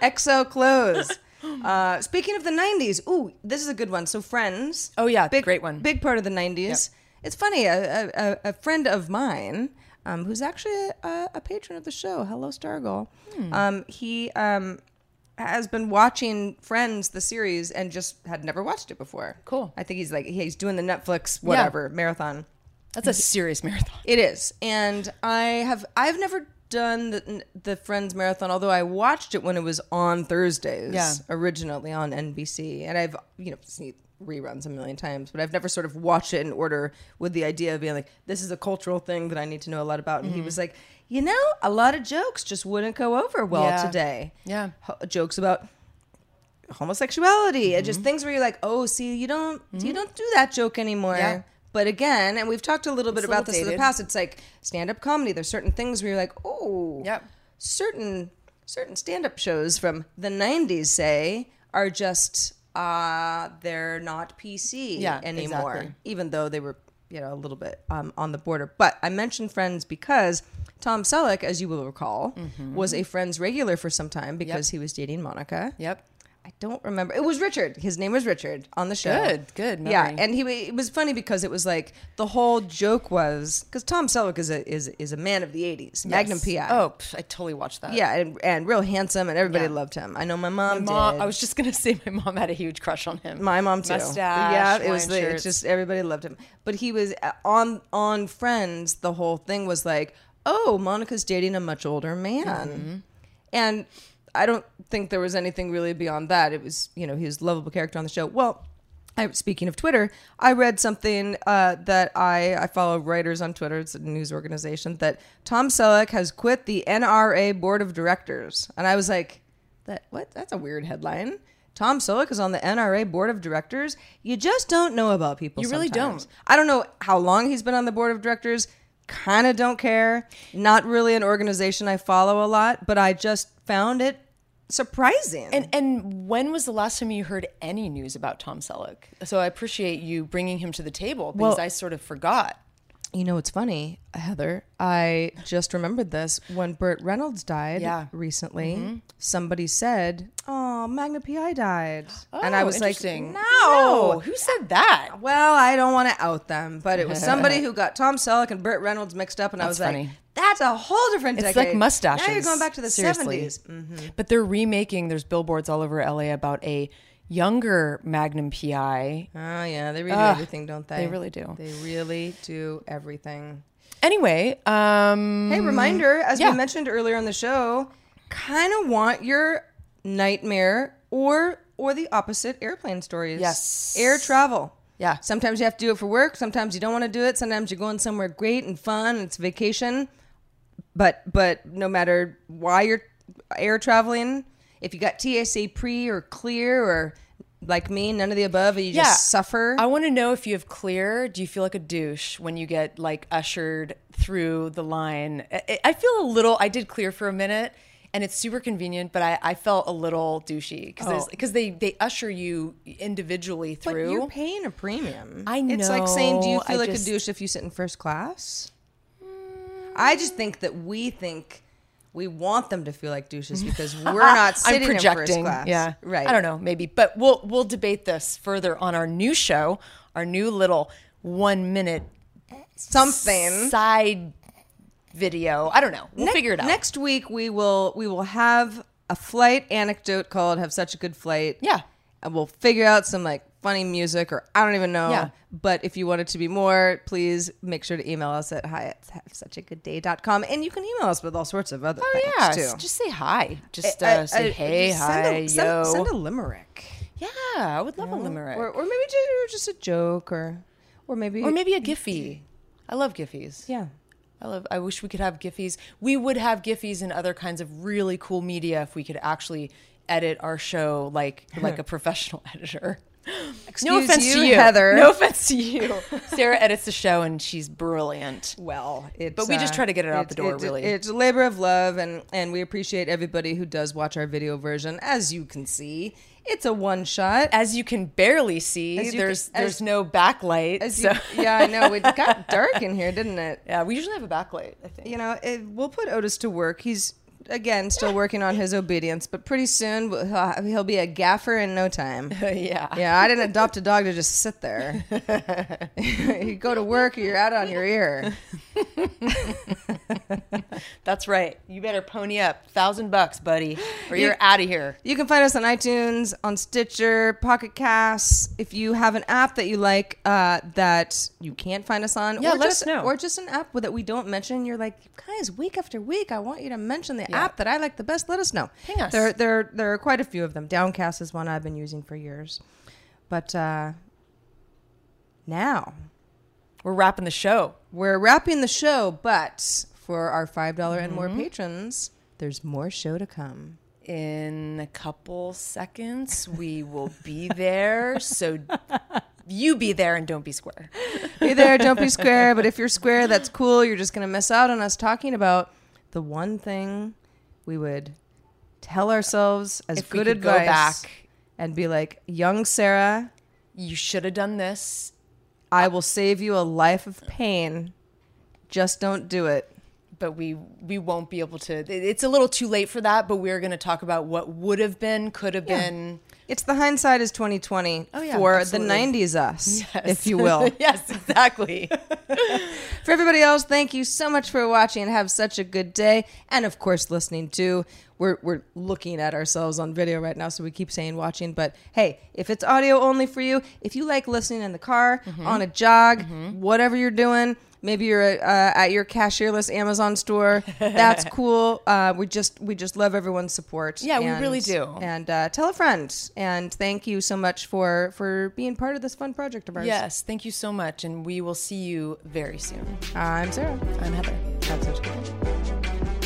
[SPEAKER 1] XO clothes. Uh, speaking of the 90s, ooh, this is a good one. So, Friends.
[SPEAKER 2] Oh, yeah,
[SPEAKER 1] big,
[SPEAKER 2] great one.
[SPEAKER 1] Big part of the 90s. It's funny, a, a, a- a friend of mine um, who's actually a, a patron of the show, Hello Stargirl,
[SPEAKER 2] Hmm.
[SPEAKER 1] um, he um, has been watching Friends, the series, and just had never watched it before.
[SPEAKER 2] Cool.
[SPEAKER 1] I think he's like, he's doing the Netflix, whatever, marathon.
[SPEAKER 2] That's a serious marathon.
[SPEAKER 1] It is, and I have I've never done the, the Friends marathon, although I watched it when it was on Thursdays
[SPEAKER 2] Yeah.
[SPEAKER 1] originally on NBC, and I've you know seen reruns a million times, but I've never sort of watched it in order with the idea of being like this is a cultural thing that I need to know a lot about. And
[SPEAKER 2] Mm-hmm.
[SPEAKER 1] he was like, you know, a lot of jokes just wouldn't go over well
[SPEAKER 2] Yeah.
[SPEAKER 1] today.
[SPEAKER 2] Yeah.
[SPEAKER 1] Ho- jokes about homosexuality and
[SPEAKER 2] Mm-hmm.
[SPEAKER 1] just things where you're like, oh, see, you don't you don't do that joke anymore.
[SPEAKER 2] Yeah.
[SPEAKER 1] But again, and we've talked a little bit
[SPEAKER 2] It's a
[SPEAKER 1] about
[SPEAKER 2] little
[SPEAKER 1] this in the
[SPEAKER 2] dated.
[SPEAKER 1] past. It's like stand-up comedy. There's certain things where you're like, oh,
[SPEAKER 2] Yep.
[SPEAKER 1] certain certain stand-up shows from the '90s say are just uh they're not PC
[SPEAKER 2] Yeah,
[SPEAKER 1] anymore,
[SPEAKER 2] exactly.
[SPEAKER 1] even though they were you know a little bit um, on the border. But I mentioned Friends because Tom Selleck, as you will recall,
[SPEAKER 2] Mm-hmm.
[SPEAKER 1] was a Friends regular for some time because he was dating Monica.
[SPEAKER 2] Yep.
[SPEAKER 1] I don't remember. It was Richard. His name was Richard on the show.
[SPEAKER 2] Good, good
[SPEAKER 1] Yeah,
[SPEAKER 2] memory.
[SPEAKER 1] and he it was funny because it was like the whole joke was because Tom Selleck is a is is a man of the '80s, Magnum PI.
[SPEAKER 2] Oh, pff, I totally watched that.
[SPEAKER 1] yeah, and, and real handsome, and everybody
[SPEAKER 2] Yeah.
[SPEAKER 1] loved him. I know my mom.
[SPEAKER 2] My mom,
[SPEAKER 1] did.
[SPEAKER 2] I was just gonna say my mom had a huge crush on him.
[SPEAKER 1] My mom too.
[SPEAKER 2] Mustache,
[SPEAKER 1] yeah, it was
[SPEAKER 2] Hawaiian
[SPEAKER 1] the, it's
[SPEAKER 2] shirts.
[SPEAKER 1] just everybody loved him. But he was uh, on on Friends. The whole thing was like, oh, Monica's dating a much older man,
[SPEAKER 2] Mm-hmm.
[SPEAKER 1] and I don't think there was anything really beyond that. It was you know he was a lovable character on the show. Well. I, speaking of Twitter, I read something uh, that I, I follow writers on Twitter. It's a news organization that Tom Selleck has quit the NRA board of directors, and I was like, that what? That's a weird headline. Tom Selleck is on the NRA board of directors. You just don't know about people.
[SPEAKER 2] You really
[SPEAKER 1] sometimes.
[SPEAKER 2] don't.
[SPEAKER 1] I don't know how long he's been on the board of directors. Kind of don't care. Not really an organization I follow a lot, but I just found it surprising.
[SPEAKER 2] And and when was the last time you heard any news about Tom Selleck? So I appreciate you bringing him to the table because
[SPEAKER 1] Well-
[SPEAKER 2] I sort of forgot.
[SPEAKER 1] you know, it's funny, Heather. I just remembered this when Burt Reynolds died
[SPEAKER 2] Yeah. Mm-hmm.
[SPEAKER 1] recently. Somebody said, "Oh, Magna PI died," and I
[SPEAKER 2] Oh,
[SPEAKER 1] was like,
[SPEAKER 2] interesting.
[SPEAKER 1] "No,
[SPEAKER 2] no, who said that?
[SPEAKER 1] Well, I don't want to out them, but it was somebody who got Tom Selleck and Burt Reynolds mixed up, and I was
[SPEAKER 2] That's
[SPEAKER 1] like,
[SPEAKER 2] funny.
[SPEAKER 1] "That's a whole different
[SPEAKER 2] It's
[SPEAKER 1] decade."
[SPEAKER 2] like mustaches.
[SPEAKER 1] Now you're going back to the seventies. Mm-hmm.
[SPEAKER 2] But they're remaking. There's billboards all over LA about a younger Magnum PI.
[SPEAKER 1] Oh yeah, they redo everything, don't they?
[SPEAKER 2] they really do.
[SPEAKER 1] They really do everything.
[SPEAKER 2] Anyway, um,
[SPEAKER 1] Hey, reminder, as
[SPEAKER 2] yeah.
[SPEAKER 1] we mentioned earlier on the show, kind of want your nightmare or or the opposite airplane stories.
[SPEAKER 2] Yes.
[SPEAKER 1] Air travel.
[SPEAKER 2] Yeah.
[SPEAKER 1] Sometimes you have to do it for work, sometimes you don't want to do it, sometimes you're going somewhere great and fun, and it's vacation. But but no matter why you're air traveling, if you got TSA pre or clear or like me, none of the above, and you just suffer.
[SPEAKER 2] I want to know if you have clear. Do you feel like a douche when you get like ushered through the line? I- I, I feel a little. I did clear for a minute, and it's super convenient, but I, I felt a little douchey because because they they usher you individually
[SPEAKER 1] Oh. but
[SPEAKER 2] through.
[SPEAKER 1] you're paying a premium.
[SPEAKER 2] I
[SPEAKER 1] It's like saying, do you
[SPEAKER 2] know,
[SPEAKER 1] feel
[SPEAKER 2] I
[SPEAKER 1] like
[SPEAKER 2] just-
[SPEAKER 1] a douche if you sit in first class? I just think that we think we want them to feel like douches because we're not sitting
[SPEAKER 2] I'm projecting.
[SPEAKER 1] in first class.
[SPEAKER 2] Yeah,
[SPEAKER 1] right.
[SPEAKER 2] I don't know, maybe, but we'll we'll debate this further on our new show, our new little one minute
[SPEAKER 1] Something.
[SPEAKER 2] side video. I don't know. We'll
[SPEAKER 1] Ne-
[SPEAKER 2] figure it out.
[SPEAKER 1] Next week we will we will have a flight anecdote called "Have Such a Good Flight."
[SPEAKER 2] Yeah.
[SPEAKER 1] and we'll figure out some like funny music or I don't even know.
[SPEAKER 2] Yeah.
[SPEAKER 1] But if you want it to be more, please make sure to email us at hi at have such a good day.com. and you can email us with all sorts of other
[SPEAKER 2] Oh
[SPEAKER 1] things
[SPEAKER 2] yeah,
[SPEAKER 1] too.
[SPEAKER 2] just say hi. Just uh,
[SPEAKER 1] I-
[SPEAKER 2] say
[SPEAKER 1] I-
[SPEAKER 2] hey,
[SPEAKER 1] just
[SPEAKER 2] hi,
[SPEAKER 1] send a, send-
[SPEAKER 2] yo.
[SPEAKER 1] Send, a limerick,
[SPEAKER 2] yeah, I would love a limerick,
[SPEAKER 1] or,
[SPEAKER 2] or,
[SPEAKER 1] or maybe just, or just a joke, or or maybe
[SPEAKER 2] maybe a Giphy. I love Giphies.
[SPEAKER 1] yeah.
[SPEAKER 2] I love. I wish we could have Giphies. We would have Giphies and other kinds of really cool media if we could actually edit our show like like a professional editor. no
[SPEAKER 1] Excuse
[SPEAKER 2] offense
[SPEAKER 1] you,
[SPEAKER 2] to you,
[SPEAKER 1] Heather.
[SPEAKER 2] No offense to you. Sarah edits the show and she's brilliant.
[SPEAKER 1] Well, it's, uh,
[SPEAKER 2] But we just try to get it out the
[SPEAKER 1] it's-
[SPEAKER 2] door,
[SPEAKER 1] it's-
[SPEAKER 2] really.
[SPEAKER 1] it's a labor of love, and and we appreciate everybody who does watch our video version. As you can see, it's a one shot.
[SPEAKER 2] As you can barely see,
[SPEAKER 1] As you
[SPEAKER 2] there's
[SPEAKER 1] can- as-
[SPEAKER 2] there's no backlight.
[SPEAKER 1] As
[SPEAKER 2] so
[SPEAKER 1] you- yeah, I know it got dark in here, didn't it?
[SPEAKER 2] yeah, we usually have a backlight. I think.
[SPEAKER 1] You know, it, we'll put Otis to work. He's again still working on his obedience, but pretty soon he'll he'll be a gaffer in no time.
[SPEAKER 2] yeah.
[SPEAKER 1] Yeah, I didn't adopt a dog to just sit there. you go to work, you're out on your ear.
[SPEAKER 2] That's right. You better pony up. Thousand bucks, buddy, or
[SPEAKER 1] You-
[SPEAKER 2] you're out of here.
[SPEAKER 1] You can find us on iTunes, on Stitcher, Pocket Casts. If you have an app that you like uh, that you can't find us on,
[SPEAKER 2] Yeah,
[SPEAKER 1] or
[SPEAKER 2] let
[SPEAKER 1] just,
[SPEAKER 2] us know.
[SPEAKER 1] Or just an app that we don't mention. You're like, guys, week after week, I want you to mention the
[SPEAKER 2] Yeah.
[SPEAKER 1] app that I like the best. Let us know.
[SPEAKER 2] Ping us.
[SPEAKER 1] There, there, there are quite a few of them. Downcast is one I've been using for years, but uh, now
[SPEAKER 2] We're wrapping the show.
[SPEAKER 1] we're wrapping the show. But for our five and more
[SPEAKER 2] Mm-hmm.
[SPEAKER 1] patrons, there's more show to come.
[SPEAKER 2] In a couple seconds, we will be there. So you be there and don't be square.
[SPEAKER 1] be there. Don't be square. But if you're square, that's cool. You're just going to miss out on us talking about the one thing we would tell ourselves as
[SPEAKER 2] If we
[SPEAKER 1] good
[SPEAKER 2] could go
[SPEAKER 1] advice
[SPEAKER 2] back.
[SPEAKER 1] and be like, young Sarah,
[SPEAKER 2] You should have done this.
[SPEAKER 1] I will save you a life of pain. Just don't do it.
[SPEAKER 2] but we we won't be able to it- it's a little too late for that but we're going to talk about what would have been could have been
[SPEAKER 1] It's the hindsight is 2020
[SPEAKER 2] Oh, yeah,
[SPEAKER 1] for
[SPEAKER 2] absolutely.
[SPEAKER 1] the 90s us, if you will.
[SPEAKER 2] yes exactly
[SPEAKER 1] For everybody else, thank you so much for watching and have such a good day. And of course, listening too. We're, we're looking at ourselves on video right now, so we keep saying watching. But hey, if it's audio only for you, if you like listening in the car,
[SPEAKER 2] Mm-hmm.
[SPEAKER 1] on a jog, whatever you're doing, maybe you're uh, at your cashierless Amazon store, that's cool. Uh, we just we just love everyone's support.
[SPEAKER 2] Yeah, we really do.
[SPEAKER 1] And uh, tell a friend. And thank you so much for for being part of this fun project of ours.
[SPEAKER 2] yes thank you so much and we will see you very soon
[SPEAKER 1] I'm Sarah.
[SPEAKER 2] i'm heather
[SPEAKER 1] Have such a good day.